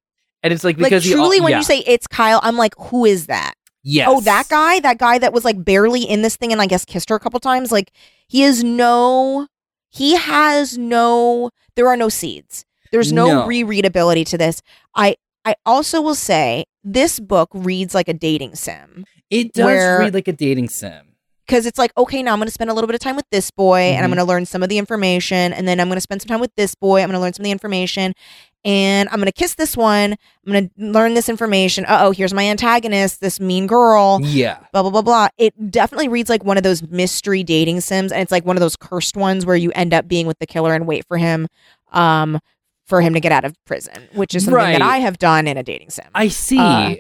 and it's like,
like
because you all-
truly when
yeah.
you say it's Kyle I'm like who is that
yes.
oh that guy that guy that was like barely in this thing and I guess kissed her a couple times like he is no he has no there are no seeds there's no,
No.
rereadability to this I I also will say this book reads like a dating sim
It does
where-
read like a dating sim.
because it's like okay now i'm going to spend a little bit of time with this boy and i'm
Mhm.
going to learn some of the information and then i'm going to spend some time with this boy i'm going to learn some of the information and i'm going to kiss this one i'm going to learn this information uh-oh here's my antagonist this mean girl
Yeah.
blah blah blah blah it definitely reads like one of those mystery dating sims and it's like one of those cursed ones where you end up being with the killer and wait for him um for him to get out of prison which is something
Right.
that i have done in a dating sim
I see.
Uh,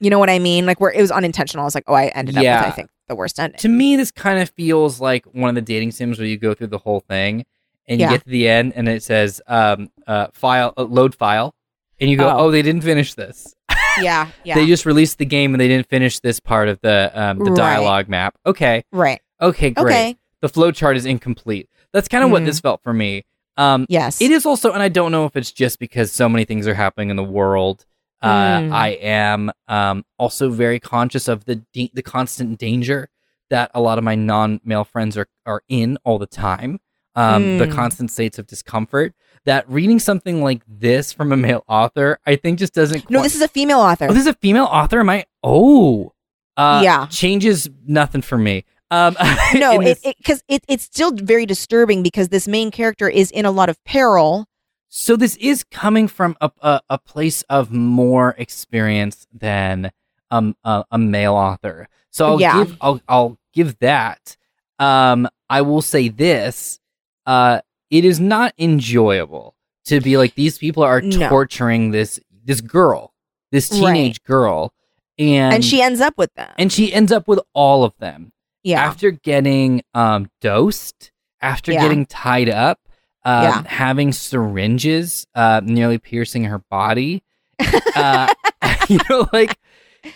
you know what i mean like where it was unintentional it's like oh i ended up
Yeah.
with i think the worst ending
to me, this kind of feels like one of the dating sims where you go through the whole thing and
Yeah.
you get to the end and it says um, uh, file uh, load file, and you go,
Oh.
oh. they didn't finish this.
yeah yeah
They just released the game and they didn't finish this part of the um, the
Right.
dialogue map. Okay,
right
okay, great.
okay
The flow chart is incomplete. That's kind of what
Mhm.
this felt for me. Um,
Yes.
It is also, and I don't know if it's just because so many things are happening in the world. Uh,
Mm.
I am um, also very conscious of the da- the constant danger that a lot of my non male friends are are in all the time. Um, The
Mm.
constant states of discomfort that reading something like this from a male author, I think, just doesn't.
No,
quite-
this is a female author.
Oh, this is a female author. Am I? Oh, uh,
Yeah.
Changes nothing for me. Um,
no,
in
it
this-
because it, it's still very disturbing because this main character is in a lot of peril.
So this is coming from a a, a place of more experience than um a, a male author. So I'll
Yeah.
give I'll I'll give that. Um, I will say this: uh, it is not enjoyable to be like these people are
No.
torturing this this girl, this
Right.
teenage girl, and
And, she ends up with them.
and she ends up with all of them
yeah.
after getting um, dosed, after
Yeah.
getting tied up, um,
Yeah.
having syringes uh, nearly piercing her body, uh, you know, like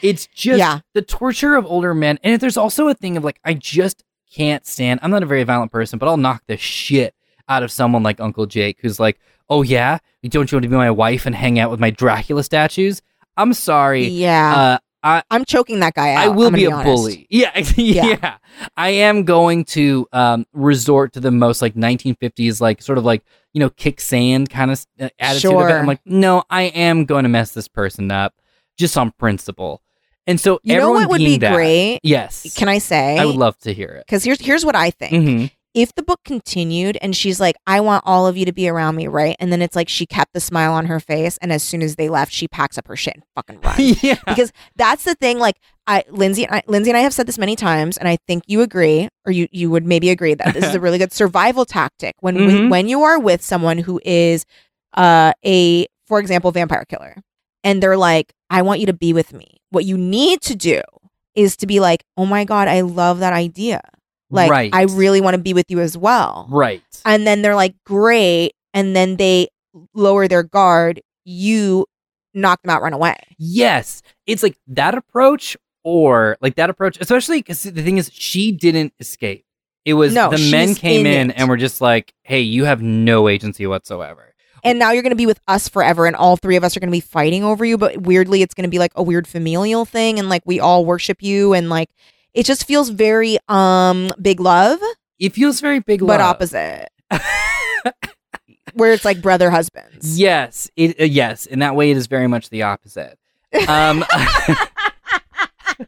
it's just
Yeah.
the torture of older men. And there's also a thing of like, I just can't stand. I'm not a very violent person, but I'll knock the shit out of someone like Uncle Jake, who's like, "Oh yeah, don't you want to be my wife and hang out with my Dracula statues?" I'm sorry.
Yeah.
Uh,
I'm choking that guy out.
I will
I'm gonna
be a
honest.
bully. Yeah, yeah, I am going to um, resort to the most like 1950s, like sort of like you know kick sand kind of uh, attitude. Of it.
Sure.
I'm like, no, I am going to mess this person up just on principle. And so
You know
everyone
what would
being
be
that-
great?
Yes,
Can I say?
I would love to hear it.
Because here's here's what I think.
hmm
If the book continued and she's like, I want all of you to be around me, right? And then it's like she kept the smile on her face, and as soon as they left, she packs up her shit and fucking runs.
Mm-hmm. yeah,
because that's the thing. Like I, Lindsay, and I, Lindsay and I have said this many times, and I think you agree, or you you would maybe agree that this is a really good survival tactic when we,
Mhm.
when you are with someone who is uh, a, for example, vampire killer, and they're like, "I want you to be with me." What you need to do is to be like, "Oh my god, I love that idea. Like,
Right.
I really want to be with you as well."
right.
And then they're like, "Great," and then they lower their guard. You knock them out, run away.
Yes, it's like that approach or like that approach, especially because the thing is, she didn't escape. It was
No,
the
she's
men came
in
in
it.
and were just like, "Hey, you have no agency whatsoever."
and now you're going to be with us forever and all three of us are going to be fighting over you but weirdly it's going to be like a weird familial thing and like we all worship you and like it just feels very um big love
It feels very big,
but
love.
opposite where it's like brother husbands
yes, it uh, yes, in that way, it is very much the opposite. Um,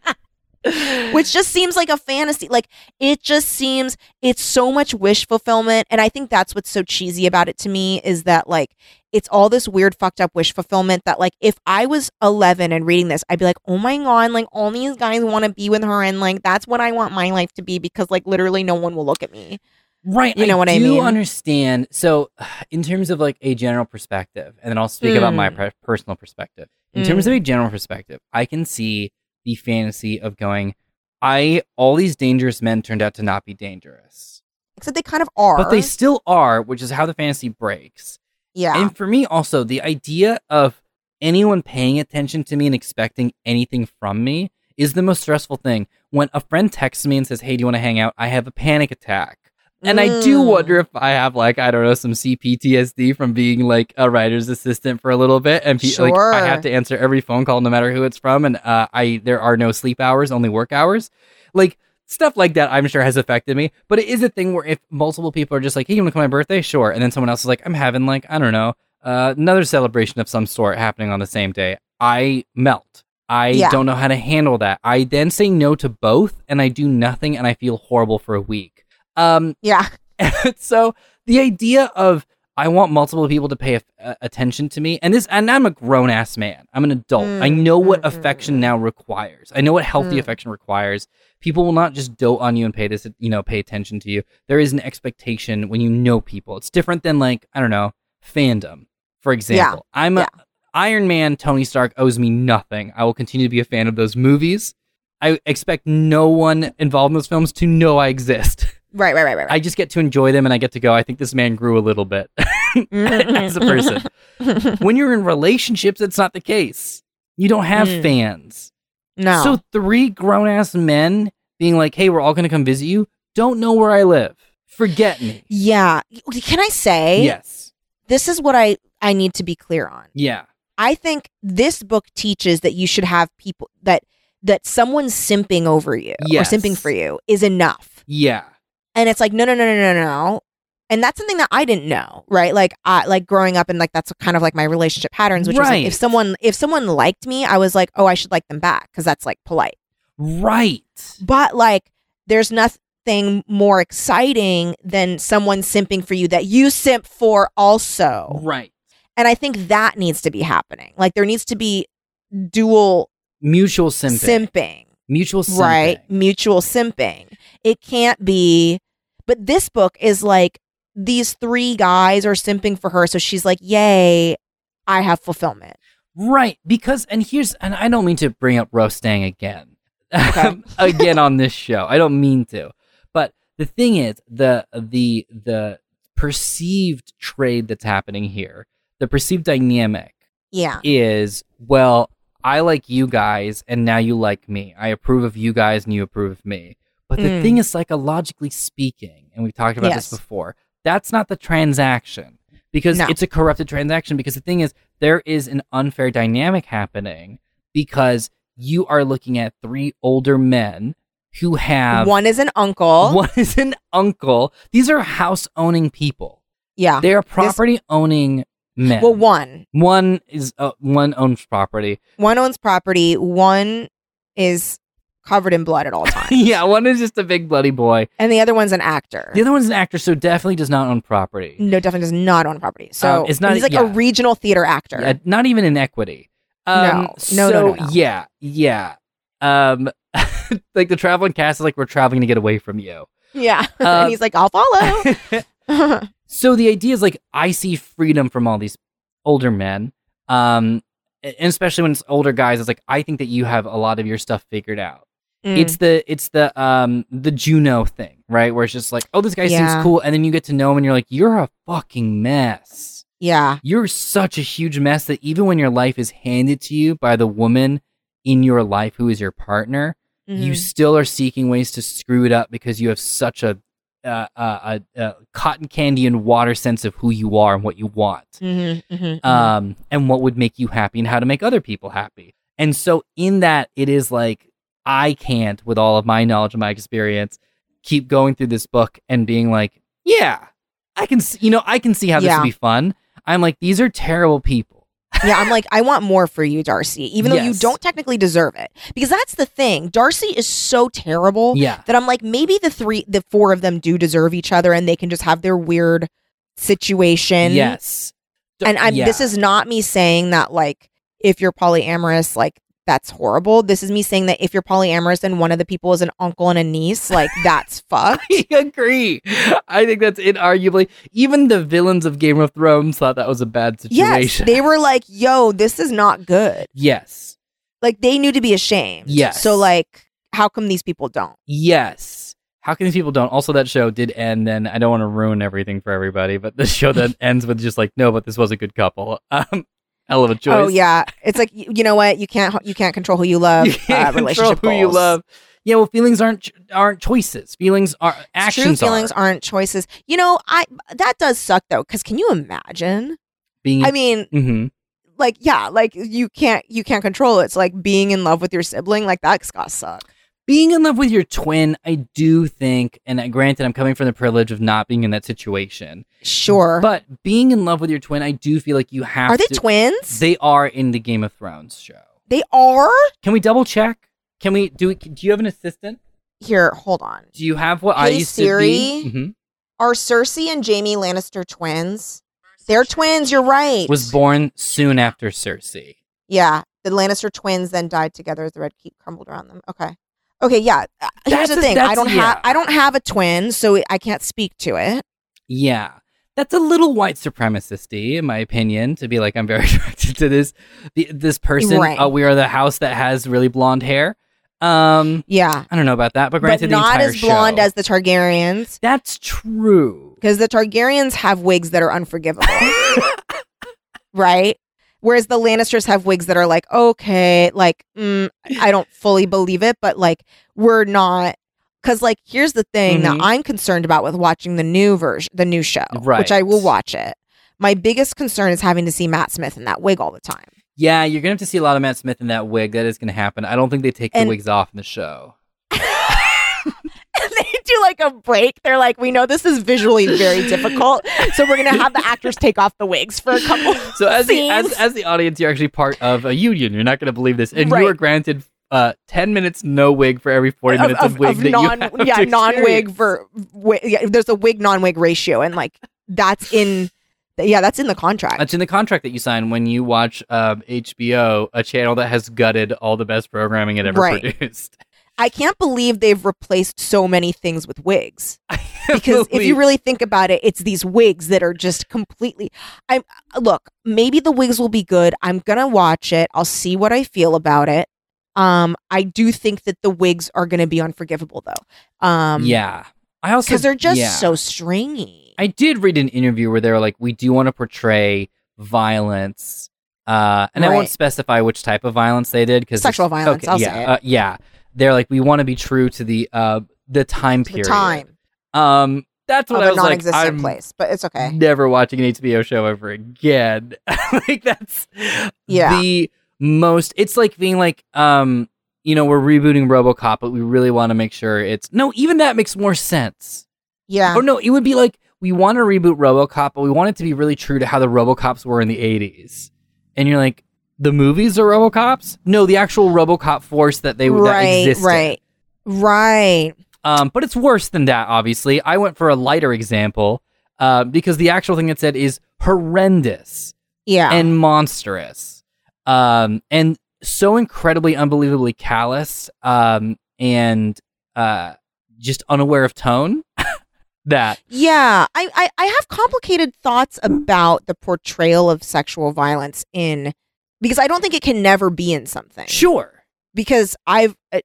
which just seems like a fantasy like it just seems it's so much wish fulfillment and i think that's what's so cheesy about it to me is that like it's all this weird fucked up wish fulfillment that like if i was 11 and reading this i'd be like oh my god like all these guys want to be with her and like that's what i want my life to be because like literally no one will look at me
Right.
You know what I
do
mean?
understand. So, in terms of like a general perspective, and then I'll speak about
Hmm.
my per- personal perspective. In terms of a general perspective, I can see the fantasy of going, I, all these dangerous men turned out to not be dangerous,
except they kind of are
but they still are, which is how the fantasy breaks.
yeah
And for me, also, the idea of anyone paying attention to me and expecting anything from me is the most stressful thing. When a friend texts me and says, Hey, do you want to hang out? I have a panic attack. And I do
Mm.
wonder if I have like I don't know some CPTSD from being like a writer's assistant for a little bit, and pe- like I
Sure.
have to answer every phone call no matter who it's from, and uh, I there are no sleep hours, only work hours, like stuff like that. I'm sure has affected me, but it is a thing where if multiple people are just like, "Hey, you want to come to my birthday?" Sure, and then someone else is like, "I'm having like I don't know uh, another celebration of some sort happening on the same day," I melt. I
Yeah.
don't know how to handle that. I then say no to both, and I do nothing, and I feel horrible for a week. Um,
yeah
and so the idea of I want multiple people to pay a- attention to me, and this, and I'm a grown ass man. I'm an adult.
Mm,
I know what
mm, mm,
affection now requires. I know what healthy
Mm.
affection requires. People will not just dote on you and pay this, you know, pay attention to you. There is an expectation when you know people. It's different than like I don't know fandom. For example, I'm
Yeah.
a Iron Man. Tony Stark owes me nothing. I will continue to be a fan of those movies. I expect no one involved in those films to know I exist.
right right right right, right.
I just get to enjoy them and I get to go, I think this man grew a little bit
Mm-hmm,
as a person. when you're in relationships, it's not the case. You don't have
Mm.
fans.
mm-hmm. no
So, three grown ass men being like, hey, we're all going to come visit you, don't know where I live. Forget me.
yeah can i say
Yes.
this is what i i need to be clear on
Yeah.
I think this book teaches that you should have people that that someone simping over you
Yes.
or simping for you is enough.
Yeah.
And it's like no no no no no no. And that's something that I didn't know, right? Like I like growing up and like that's kind of like my relationship patterns which was like
Right.
if someone if someone liked me, I was like, "Oh, I should like them back" cuz that's like polite.
Right.
But like there's nothing more exciting than someone simping for you that you simp for also.
Right.
And I think that needs to be happening. Like there needs to be dual
Mutual simping.
simping,
Mutual simping.
right? Mutual simping. It can't be but this book is like these three guys are simping for her so she's like, "Yay, I have fulfillment."
Right, because and here's and I don't mean to bring up roasting again,
Okay.
again on this show. I don't mean to, but the thing is the the the perceived trade that's happening here, the perceived dynamic
Yeah.
is well, I like you guys and now you like me. I approve of you guys and you approve of me. But the
Mm.
thing is psychologically speaking, and we've talked about
Yes.
this before, That's not the transaction because
No.
it's a corrupted transaction. Because the thing is, there is an unfair dynamic happening because you are looking at three older men who have
one is an uncle.
one is an uncle. These are house owning people.
yeah.
They are property owning men.
Well, one.
One is uh, one owns property.
One owns property. One is covered in blood at all times.
yeah, one is just a big bloody boy.
and the other one's an actor.
The other one's an actor, so definitely does not own property.
no, definitely does not own property. So
Um, it's not-
he's like a
yeah.
regional theater actor.
Yeah, not even in equity. Um,
No. No, no,
so,
no, no.
Yeah, yeah. Um, like the traveling cast is like we're traveling to get away from you.
Yeah.
Um,
and he's like, I'll follow.
so the idea is like I see freedom from all these older men, um, and especially when it's older guys. It's like I think that you have a lot of your stuff figured out.
Mm.
It's the it's the um the Juno thing, right? Where it's just like, oh, this guy
Yeah.
seems cool, and then you get to know him, and you're like, you're a fucking mess.
yeah.
You're such a huge mess that even when your life is handed to you by the woman in your life who is your partner, you
Mhm.
still are seeking ways to screw it up because you have such a uh, uh, a, a cotton candy and water sense of who you are and what you want
Mhm, mhm, mhm.
um, and what would make you happy and how to make other people happy. And so, in that, it is like, I can't, with all of my knowledge and my experience, keep going through this book and being like, yeah, I can, s- you know, I can see how this
Yeah.
would be fun. I'm like, these are terrible people.
yeah, I'm like, I want more for you, Darcy, even though you
Yes.
don't technically deserve it. Because that's the thing. Darcy is so terrible
Yeah.
that I'm like, maybe the three, the four of them do deserve each other and they can just have their weird situation.
yes. D-
And I'm,
yeah.
this is not me saying that, like, if you're polyamorous, like, that's horrible. This is me saying that if you're polyamorous and one of the people is an uncle and a niece, like, that's fucked.
I agree. I think that's inarguably. Even the villains of Game of Thrones thought that was a bad
Yes.
situation.
They were like, yo, this is not good.
yes.
Like, they knew to be ashamed.
Yes.
So, like, how come these people don't?
Yes. How can these people don't? Also, that show did end, and I don't want to ruin everything for everybody, but the show that ends with just like, no, but this was a good couple. Um, hell of a choice.
Oh yeah, it's like you, you know what you can't you can't control who you love.
you can't
uh,
control
relationship
who you
goals.
love. Yeah, well, feelings aren't ch- aren't choices. Feelings are
It's
actions.
True feelings
are.
aren't choices. You know, I that does suck though. Because can you imagine?
being.
I mean,
Mhm.
like yeah, like you can't you can't control it. It's like being in love with your sibling. Like that's gotta suck.
being in love with your twin, I do think, and I- granted, I'm coming from the privilege of not being in that situation,
Sure.
but being in love with your twin, I do feel like you have.
are they
to-
twins?
They are in the Game of Thrones show.
They are.
Can we double check? Can we do? We, do you have an assistant?
Here, hold on.
Do you have what I
Hey,
used
Siri.
to be? Mhm.
Are Cersei and Jamie Lannister twins? They're twins. You're right.
Was born soon after Cersei.
Yeah, the Lannister twins then died together as the Red Keep crumbled around them. Okay, okay, yeah. Uh, Here's
That's
the
a-
thing: I
that's-
don't have
yeah.
I don't have a twin, so I can't speak to it.
Yeah. That's a little white supremacisty, in my opinion, to be like I'm very attracted to this the, this person.
Right.
Uh, we are the house that has really blonde hair. Um,
Yeah,
I don't know about that, but
but
granted, the
not
entire
as blonde
show-
as the Targaryens,
That's true.
because the Targaryens have wigs that are unforgivable, right? Whereas the Lannisters have wigs that are like, okay, like mm, I don't fully believe it, but like we're not. Because like here's the thing
Mhm.
that I'm concerned about with watching the new version, the new show, which I
Right.
will watch it. My biggest concern is having to see Matt Smith in that wig all the time.
yeah, you're gonna have to see a lot of Matt Smith in that wig. That is gonna happen. I don't think they take
And-
the wigs off in the show.
And they do like a break. They're like, we know this is visually very difficult, so we're gonna have the actors take off the wigs for a couple.
So as the, as,
Scenes.
as the audience, you're actually part of a union. You're not going to believe this, and
Right.
you are granted uh, ten minutes no wig for every forty
Of,
minutes of,
of-
wig
of
that
non,
you have
yeah,
to
non-wig
experience.
ver, wi- yeah, there's a wig non-wig ratio, and like that's in, yeah, that's in the contract.
That's in the contract that you sign when you watch um, HBO, a channel that has gutted all the best programming it ever
Right.
produced.
I can't believe they've replaced so many things with wigs. Because if you
Believe-
really think about it, it's these wigs that are just completely. I'm look. Maybe the wigs will be good. I'm gonna watch it. I'll see what I feel about it. Um, I do think that the wigs are gonna be unforgivable though. Um,
yeah, I also
because they're just
yeah.
so stringy.
I did read an interview where they were like, "We do want to portray violence," uh, and I
Right.
won't specify which type of violence they did because
Sexual violence, I'll
yeah,
say it.
uh, yeah. They're like, "We want to be true to the uh, the time
the
period."
time.
Um, That's
of
what I
a
was like.
non-existent
I'm
place, but it's okay.
never watching an HBO show ever again. like that's
Yeah.
the most. It's like being like, um, you know, we're rebooting RoboCop, but we really want to make sure it's no. Even that makes more sense.
Yeah.
Or no, it would be like we want to reboot RoboCop, but we want it to be really true to how the RoboCops were in the '80s. And you're like, the movies are RoboCops? No, the actual RoboCop force that they that
right.
existed.
Right. Right.
Um, but it's worse than that, obviously. I went for a lighter example uh, because the actual thing it said is horrendous
Yeah.
and monstrous um, and so incredibly, unbelievably callous um, and uh, just unaware of tone that
Yeah, I, I, I have complicated thoughts about the portrayal of sexual violence in because I don't think it can never be in something.
sure
Because I've uh,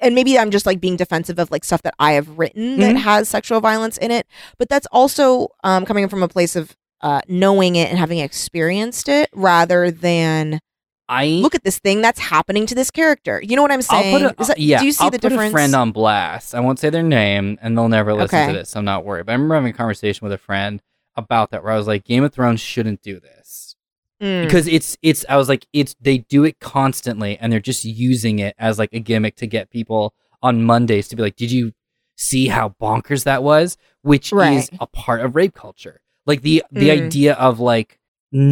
and maybe I'm just like being defensive of like stuff that I have written that
Mm-hmm.
has sexual violence in it, but that's also um, coming from a place of uh, knowing it and having experienced it rather than
I
look at this thing that's happening to this character. You know what I'm saying?
I'll put a, uh,
Is that-
yeah,
do you see
I'll
the
put
difference?
a friend on blast. I won't say their name, and they'll never listen
Okay.
to this, so I'm not worried. But I remember having a conversation with a friend about that, where I was like, "Game of Thrones shouldn't do this
Mm,
because it's it's." I was like, "It's they do it constantly, and they're just using it as like a gimmick to get people on Mondays to be like, did you see how bonkers that was?" Which
Right.
is a part of rape culture, like the the
Mm.
idea of like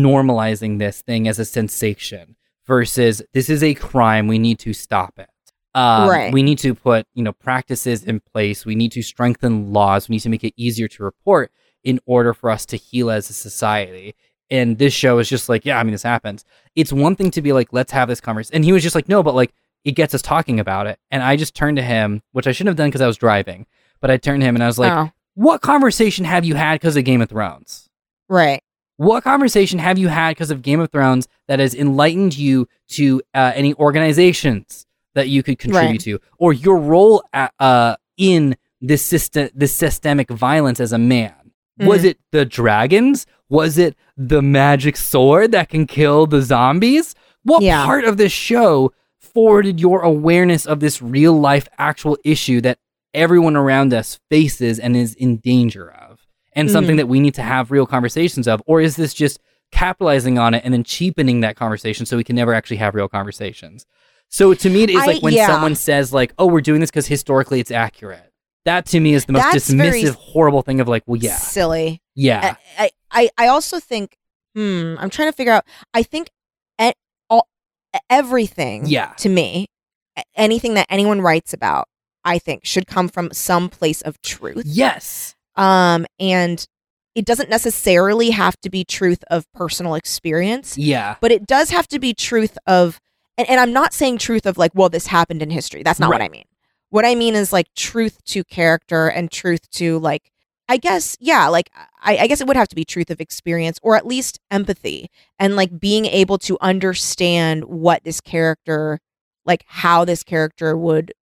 normalizing this thing as a sensation versus this is a crime. We need to stop it. Um,
Right.
We need to put you know practices in place. We need to strengthen laws. We need to make it easier to report in order for us to heal as a society. And this show is just like, yeah, I mean, this happens. It's one thing to be like, let's have this conversation. And he was just like, no, but like, it gets us talking about it. And I just turned to him, which I shouldn't have done because I was driving, but I turned to him and I was like,
oh,
what conversation have you had because of Game of Thrones?
right.
What conversation have you had because of Game of Thrones that has enlightened you to uh, any organizations that you could contribute
Right.
to, or your role at, uh, in this system, this systemic violence as a man?
Mm.
Was it the dragons? Was it the magic sword that can kill the zombies? What
Yeah.
part of this show forwarded your awareness of this real life, actual issue that everyone around us faces and is in danger of? and
Mm-hmm.
something that we need to have real conversations of? Or is this just capitalizing on it and then cheapening that conversation so we can never actually have real conversations? So to me, it is
I-
like when
yeah.
someone says like, "Oh, we're doing this because historically it's accurate." That to me is the most
That's very-
dismissive, horrible thing of like, "Well, yeah,
Silly.
yeah,
I, I- I, I also think, hmm, I'm trying to figure out. I think e- all, everything
Yeah.
to me, a- anything that anyone writes about, I think should come from some place of truth.
yes,
Um, and it doesn't necessarily have to be truth of personal experience,
yeah,
but it does have to be truth of, and, and I'm not saying truth of like, well, this happened in history. That's not what I mean. What I mean is like truth to character and truth to like, I guess, yeah, like, I, I guess it would have to be truth of experience or at least empathy and like being able to understand what this character, like how this character would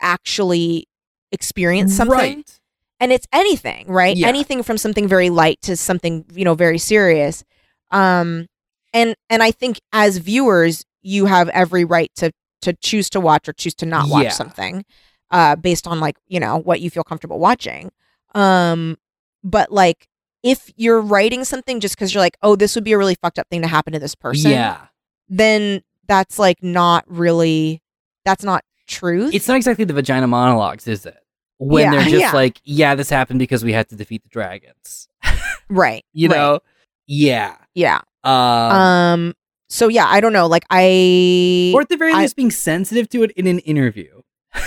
actually experience something
right,
and it's anything right
Yeah.
anything from something very light to something you know very serious um and and i think as viewers you have every right to to choose to watch or choose to not watch
Yeah.
something uh based on like you know what you feel comfortable watching um but like if you're writing something just because you're like oh this would be a really fucked up thing to happen to this person
yeah."
then that's like not really that's not truth
It's not exactly the vagina monologues, is it? When
Yeah,
they're just
yeah.
like, "Yeah, this happened because we had to defeat the dragons,"
right
you
right.
know? Yeah.
yeah
Um,
Um. So yeah, I don't know. Like I.
or at the very
Um, I-
least, being sensitive to it in an interview.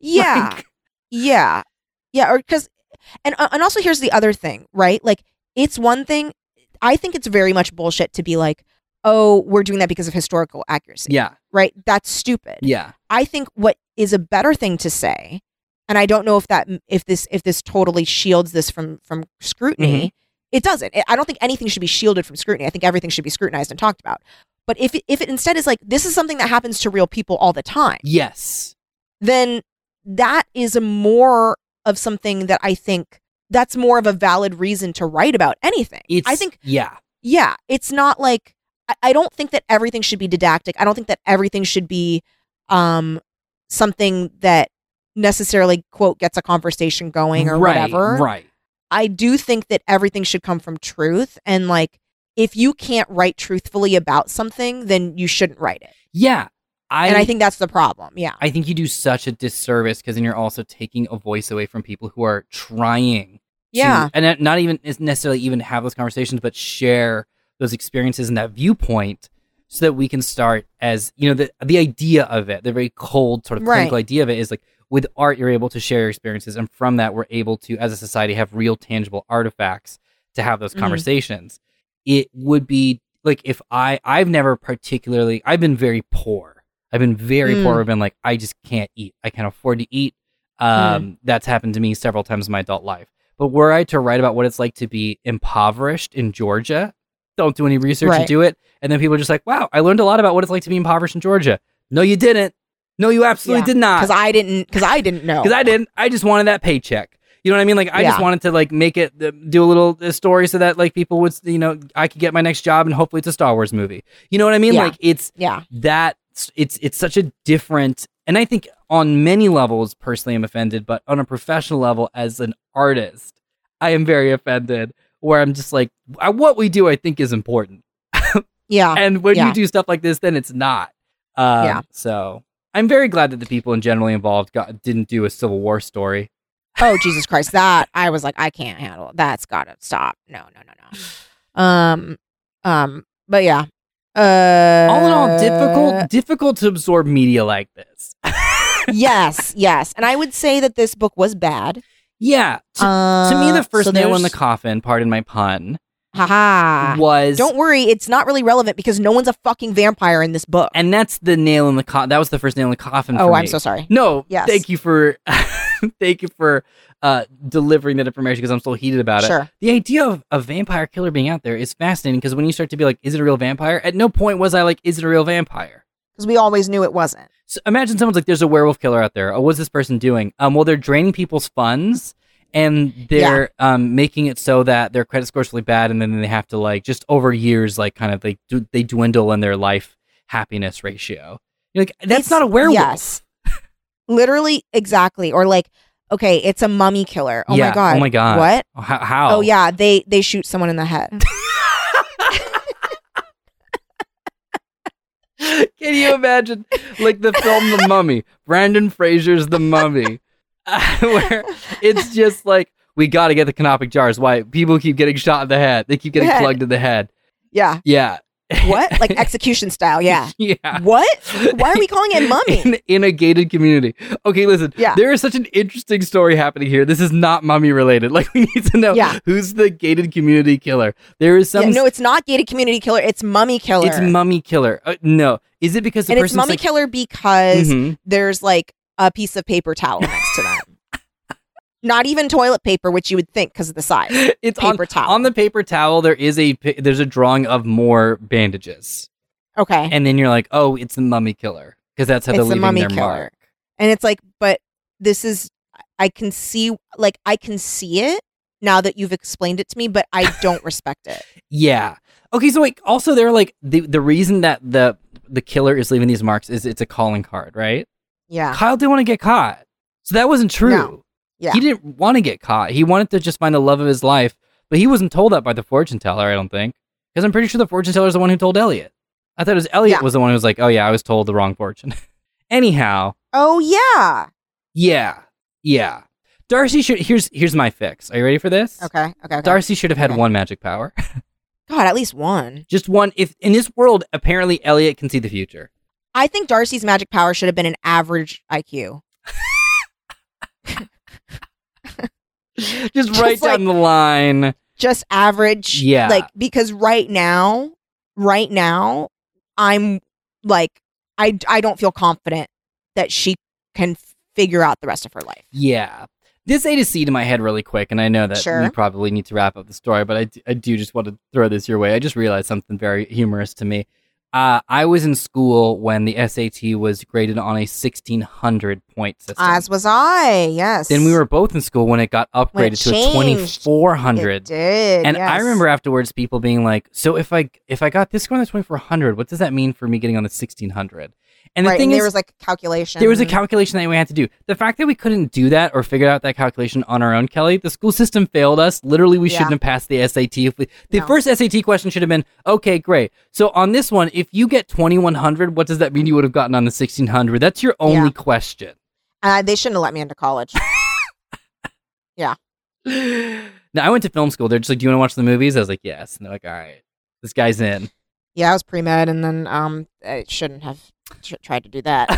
yeah.
Like,
yeah. Yeah. Or because, and uh, and also here's the other thing, right? Like it's one thing. I think it's very much bullshit to be like, oh, we're doing that because of historical accuracy,
yeah,
right? That's stupid.
yeah,
I think what is a better thing to say, and I don't know if that if this if this totally shields this from from scrutiny. It doesn't. I- I don't think anything should be shielded from scrutiny. I think everything should be scrutinized and talked about. But if it- if it instead is like this is something that happens to real people all the time,
yes,
then that is a more of something that I think that's more of a valid reason to write about anything.
it's.
I think
yeah,
yeah, it's not like I, I don't think that everything should be didactic. I don't think that everything should be um something that necessarily quote gets a conversation going or
right,
whatever.
right,
I do think that everything should come from truth. And like, if you can't write truthfully about something, then you shouldn't write it.
Yeah. I,
and I think that's the problem. Yeah.
I think you do such a disservice because then you're also taking a voice away from people who are trying. to-
Yeah.
and not- not even is necessarily even have those conversations, but share those experiences and that viewpoint so that we can start as, you know, the, the idea of it, the very cold sort of
Right.
clinical idea of it is like with art, you're able to share your experiences. And from that, we're able to, as a society, have real tangible artifacts to have those
Mhm.
conversations. It would be like if I, I've never particularly, I've been very poor. I've been very
Mm.
poor. I've been like, I just can't eat. I can't afford to eat. Um,
Mm.
That's happened to me several times in my adult life. But were I to write about what it's like to be impoverished in Georgia, don't do any research and
Right.
do it. And then people are just like, wow, I learned a lot about what it's like to be impoverished in Georgia. No, you didn't. No, you absolutely
Yeah.
did not
Because I didn't, because I didn't know.
because I didn't. I just wanted that paycheck. You know what I mean? Like I just
Yeah.
wanted to like make it uh, do a little uh, story so that like people would you know I could get my next job and hopefully it's a Star Wars movie. You know what I mean?
Yeah.
Like it's
yeah.
that it's it's such a different and I think on many levels personally I'm offended, but on a professional level as an artist, I am very offended. Where I'm just like, I- what we do I think is important,
Yeah.
and when
Uh, yeah.
you do stuff like this, then it's not. Um,
Yeah.
So I'm very glad that the people in generally involved got, didn't do a Civil War story.
oh Jesus Christ, that I was like, I can't handle. It. That's gotta stop. No, no, no, no. Um, um, but yeah. Uh,
all in all difficult difficult to absorb media like this
yes, yes, and I would say that this book was bad.
yeah to,
Uh,
to me the first
so
nail in the
there's- Ah.
coffin pardon my pun
haha.
was
Don't worry, it's not really relevant because no one's a fucking vampire in this book.
and that's the nail in the coffin that was the first nail in the coffin
oh,
for
I'm
me.
so sorry.
no
Yes.
thank you for thank you for uh delivering that information because i'm still heated about it
Sure.
the idea of a vampire killer being out there is fascinating because when you start to be like is it a real vampire at no point was i like is it a real vampire
Because we always knew it wasn't.
So imagine someone's like, "There's a werewolf killer out there. Oh, what's this person doing?" Um, well, they're draining people's funds, and they're um making it so that their credit score's really bad, and then they have to like just over years, like kind of like do, they dwindle in their life happiness ratio. You're like, that's
It's-
not a werewolf.
Yes. Literally, exactly. Or like, okay, it's a mummy killer. Oh
Yeah.
my god.
Oh my god.
What?
Oh, How? how?
Oh yeah, they they shoot someone in the head.
Can you imagine, like the film The Mummy, Brandon Fraser's The Mummy, uh, where it's just like we got to get the canopic jars. Why people keep getting shot in the head? They keep getting
Head.
plugged in the head.
yeah.
Yeah.
What? Like execution style. Yeah.
yeah.
What? Why are we calling it mummy?
In, in a gated community. Okay, listen.
Yeah.
There is such an interesting story happening here. This is not mummy related. Like we need to know
Yeah.
who's the gated community killer. There is some.
Yeah, no, it's not gated community killer. It's mummy killer.
it's mummy killer. Uh, no, is it because the
and it's
person's
mummy
like,
killer because
Mhm.
there's like a piece of paper towel next to them. Not even toilet paper, which you would think because of the size.
It's on,
Paper towel.
on the paper towel. There is a pi- there's a drawing of more bandages,
okay.
and then you're like, oh, it's the mummy killer because that's how
It's
they're
the
leaving
mummy
their
killer.
mark.
And it's like, but this is I can see like I can see it now that you've explained it to me, but I don't respect it.
Yeah. Okay. So like, also they're like the the reason that the the killer is leaving these marks is it's a calling card, right?
Yeah.
Kyle didn't want to get caught, so that wasn't true.
No. Yeah.
He didn't want to get caught. He wanted to just find the love of his life, but he wasn't told that by the fortune teller. I don't think, because I'm pretty sure the fortune teller is the one who told Elliot. I thought it was Elliot
Yeah.
was the one who was like, "Oh yeah, I was told the wrong fortune." Anyhow,
Oh yeah.
yeah, yeah. Darcy should. Here's here's my fix. Are you ready for this?
Okay. Okay. okay.
Darcy should have had
Okay.
one magic power.
God, at least one.
Just one. If in this world, apparently Elliot can see the future.
I think Darcy's magic power should have been an average IQ.
Just,
Just
right down the line.
Just average.
Yeah.
Like, because right now, right now, I'm like, I, I don't feel confident that she can f- figure out the rest of her life.
Yeah. This A to C to my head really quick, and I know that we
Sure.
probably need to wrap up the story, but I, d- I do just want to throw this your way. I just realized something very humorous to me. Uh, I was in school when the SAT was graded on a 1600 point system.
As was I. Yes.
then we were both in school when it got upgraded
When it
to a
changed,
2400.
It did.
And I
yes.
remember afterwards people being like, "So if I if I got this score on the 2400, what does that mean for me getting on the 1600?" And the
right,
thing
and
is,
there was like calculation.
there was a calculation that we had to do. The fact that we couldn't do that or figure out that calculation on our own, Kelly, the school system failed us. Literally, we
Yeah.
shouldn't have passed the SAT. If we, the
No.
first SAT question should have been, okay, great. So on this one, if you get 2100, what does that mean you would have gotten on the 1600? That's your only
Yeah.
question.
uh, they shouldn't have let me into college.
Now, I went to film school. They're just like, do you want to watch the movies? I was like, yes. And they're like, all right, this guy's in.
yeah, I was pre med, and then um, I shouldn't have tr- tried to do that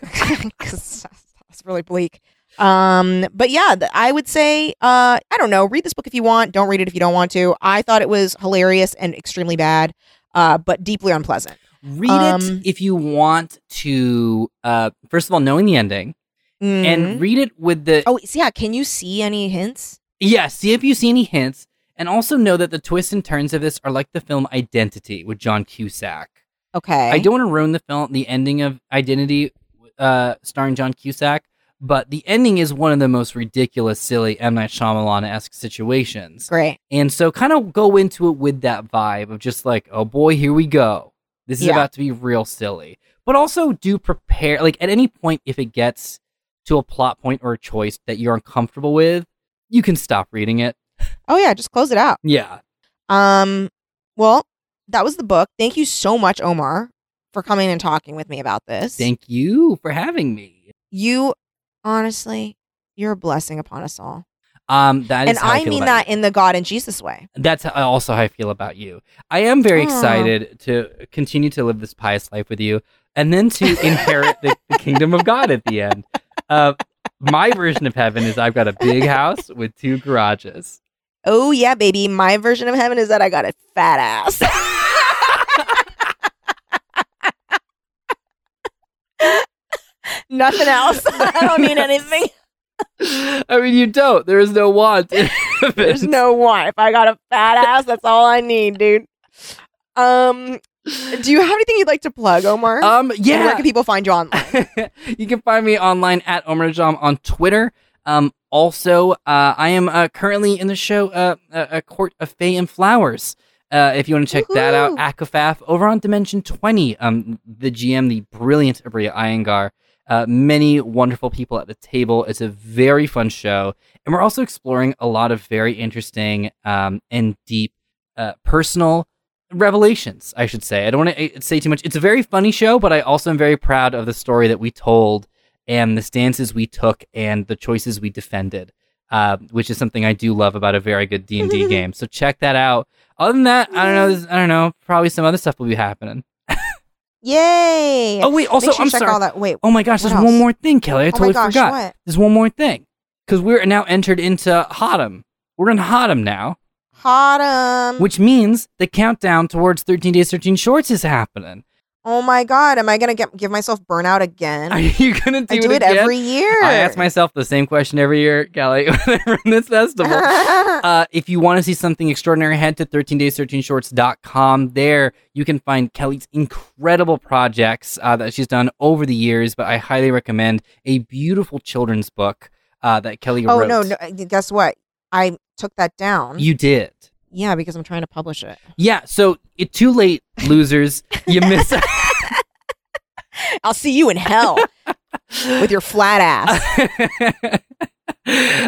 because that's really bleak. Um, but yeah, th- I would say uh, I don't know. Read this book if you want. Don't read it if you don't want to. I thought it was hilarious and extremely bad, uh, but deeply unpleasant.
Read
Um,
it if you want to, uh, first of all, knowing the ending,
Mhm.
and read it with the
oh, it's- yeah. Can you see any hints?
Yeah, see if you see any hints, and also know that the twists and turns of this are like the film Identity with John Cusack.
Okay,
I don't want to ruin the film, the ending of Identity, uh, starring John Cusack, but the ending is one of the most ridiculous, silly M Night Shyamalan esque situations,
Great.
and so kind of go into it with that vibe of just like, oh boy, here we go. This is
Yeah.
about to be real silly, but also do prepare. Like at any point, if it gets to a plot point or a choice that you're uncomfortable with, you can stop reading it.
Oh yeah, just close it out.
Yeah.
Um, well, that was the book. Thank you so much, Omar, for coming and talking with me about this.
Thank you for having me.
you. Honestly, you're a blessing upon us all,
Um, that is
and
how I,
I
feel
mean
about
that
you.
in the God and Jesus way.
That's how- also how I feel about you. I am very
Aw.
excited to continue to live this pious life with you, and then to inherit the, the kingdom of God at the end. Uh, my version of heaven is I've got a big house with two garages.
Oh yeah, baby. My version of heaven is that I got a fat ass. Nothing else. I don't need anything.
I mean, you don't. There is no want. in heaven.
There's no one. If I got a fat ass, that's all I need, dude. Um, do you have anything you'd like to plug, Omar?
Um,
And where
yeah.
can people find you online?
you can find me online at Omarajam on Twitter. Um, also, uh, I am uh, currently in the show uh, uh, A Court of Fae and Flowers. Uh, if you want to check that out, Akafaf over on Dimension 20. Um, the GM, the brilliant Abria Iyengar. Uh, many wonderful people at the table. It's a very fun show. And we're also exploring a lot of very interesting um, and deep uh, personal revelations, I should say. I don't want to say too much. It's a very funny show, but I also am very proud of the story that we told and the stances we took and the choices we defended, uh, which is something I do love about a very good D and D game. So check that out. Other than that, I don't know. There's- I don't know. Probably some other stuff will be happening.
Yay!
Oh wait. Also,
Make sure
I'm
you check
sorry.
all that. Wait.
oh my gosh.
What
There's one
else?
more thing, Kelly. I
oh my
totally
gosh,
forgot.
what?
There's one more thing because we're now entered into Hotum. We're in Hotum now,
Hot um.
which means the countdown towards 13 Days, 13 Shorts is happening.
oh my god, am I gonna get give myself burnout again?
Are you gonna do,
I do it,
again?
every year.
I ask myself the same question every year, Kelly, when I'm in this festival.
Uh-huh.
Uh, if you want to see something extraordinary, head to 13days13shorts.com. There you can find Kelly's incredible projects uh, that she's done over the years, but I highly recommend a beautiful children's book uh, that Kelly
oh
wrote.
no, no! Guess what? I took that down.
You did.
yeah, because I'm trying to publish it.
Yeah, so it too late, losers. You miss out.
I'll see you in hell with your flat ass.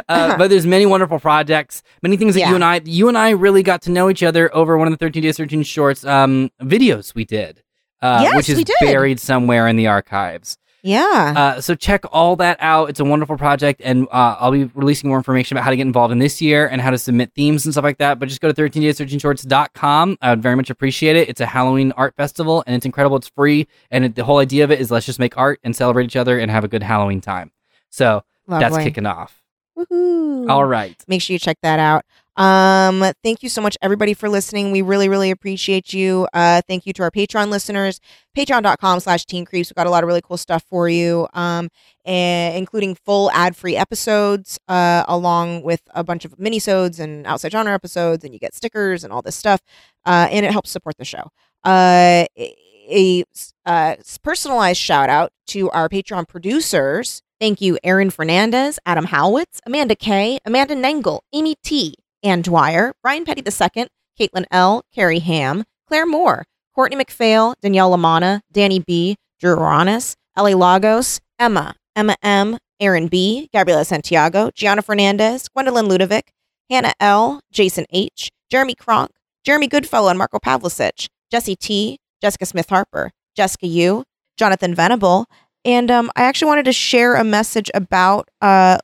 Uh, but there's many wonderful projects, many things that
Yeah.
you and I, you and I really got to know each other over one of the 13 days, 13 shorts um, videos we did, uh,
Yes,
which is
we did.
buried somewhere in the archives.
Yeah.
Uh, so check all that out. It's a wonderful project, and uh, I'll be releasing more information about how to get involved in this year and how to submit themes and stuff like that. But just go to 13days13shorts.com. I would very much appreciate it. It's a Halloween art festival, and it's incredible. It's free, and it, the whole idea of it is let's just make art and celebrate each other and have a good Halloween time. So
Lovely.
that's kicking off.
Woohoo.
All right.
Make sure you check that out. Um, thank you so much, everybody, for listening. We really, really appreciate you. Uh, thank you to our Patreon listeners, patreon.com slash teen creeps. We've got a lot of really cool stuff for you, um, and including full ad free episodes, uh, along with a bunch of minisodes and outside genre episodes, and you get stickers and all this stuff. Uh, and it helps support the show. Uh, a- a uh, personalized shout out to our Patreon producers. Thank you, Aaron Fernandez, Adam Howitz, Amanda Kay, Amanda Nengel, Amy T, Ann Dwyer, Brian Petty II, Caitlin L, Carrie Ham, Claire Moore, Courtney McPhail, Danielle Lamana, Danny B, Drew Ronis, Ellie Lagos, Emma, Emma M, Aaron B, Gabriela Santiago, Gianna Fernandez, Gwendolyn Ludovic, Hannah L, Jason H, Jeremy Kronk, Jeremy Goodfellow and Marco Pavlicic, Jesse T, Jessica Smith Harper, Jessica U, Jonathan Venable, and um, I actually wanted to share a message about uh,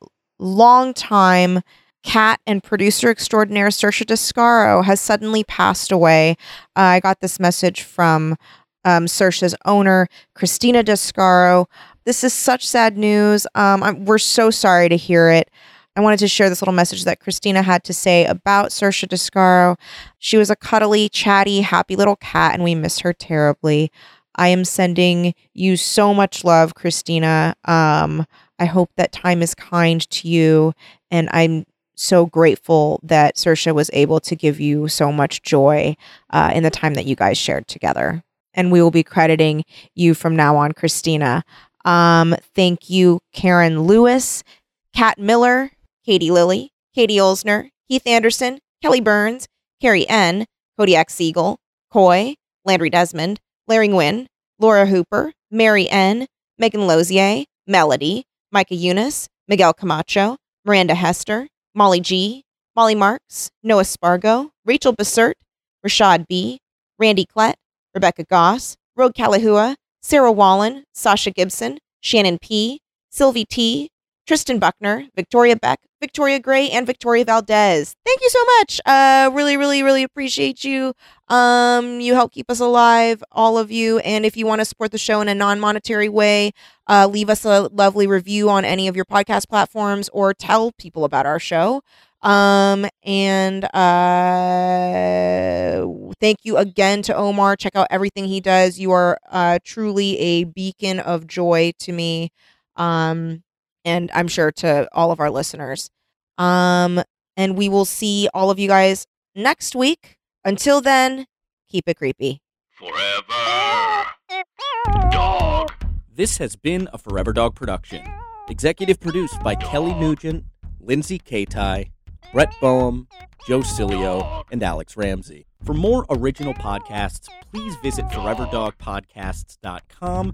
longtime cat and producer extraordinaire Sersha Descaro has suddenly passed away. Uh, I got this message from um, Sersha's owner, Christina Descaro. This is such sad news. Um, I'm, we're so sorry to hear it. I wanted to share this little message that Christina had to say about Sersha Descaro. She was a cuddly, chatty, happy little cat, and we miss her terribly. I am sending you so much love, Christina. Um, I hope that time is kind to you, and I'm so grateful that Sersha was able to give you so much joy uh, in the time that you guys shared together. And we will be crediting you from now on, Christina. Um, thank you, Karen Lewis, Kat Miller, Katie Lilly, Katie Olsner, Keith Anderson, Kelly Burns, Carrie N., Kodiak Siegel, Coy, Landry Desmond, Larry Nguyen, Laura Hooper, Mary N., Megan Lozier, Melody, Micah Eunice, Miguel Camacho, Miranda Hester, Molly G., Molly Marks, Noah Spargo, Rachel Bassert, Rashad B., Randy Klett, Rebecca Goss, Rogue Kalahua, Sarah Wallen, Sasha Gibson, Shannon P., Sylvie T., Tristan Buckner, Victoria Beck, Victoria Gray, and Victoria Valdez. Thank you so much. Uh, really, really, really appreciate you. Um, you help keep us alive, all of you. And if you want to support the show in a non monetary way, uh, leave us a lovely review on any of your podcast platforms or tell people about our show. Um, and uh, thank you again to Omar. Check out everything he does. You are uh, truly a beacon of joy to me. Um, and I'm sure to all of our listeners. Um, and we will see all of you guys next week. Until then, keep it creepy.
Forever. Dog.
This has been a Forever Dog production. Executive produced by Kelly Nugent, Lindsay Katai, Brett Boehm, Joe Cilio, and Alex Ramsey. For more original podcasts, please visit foreverdogpodcasts.com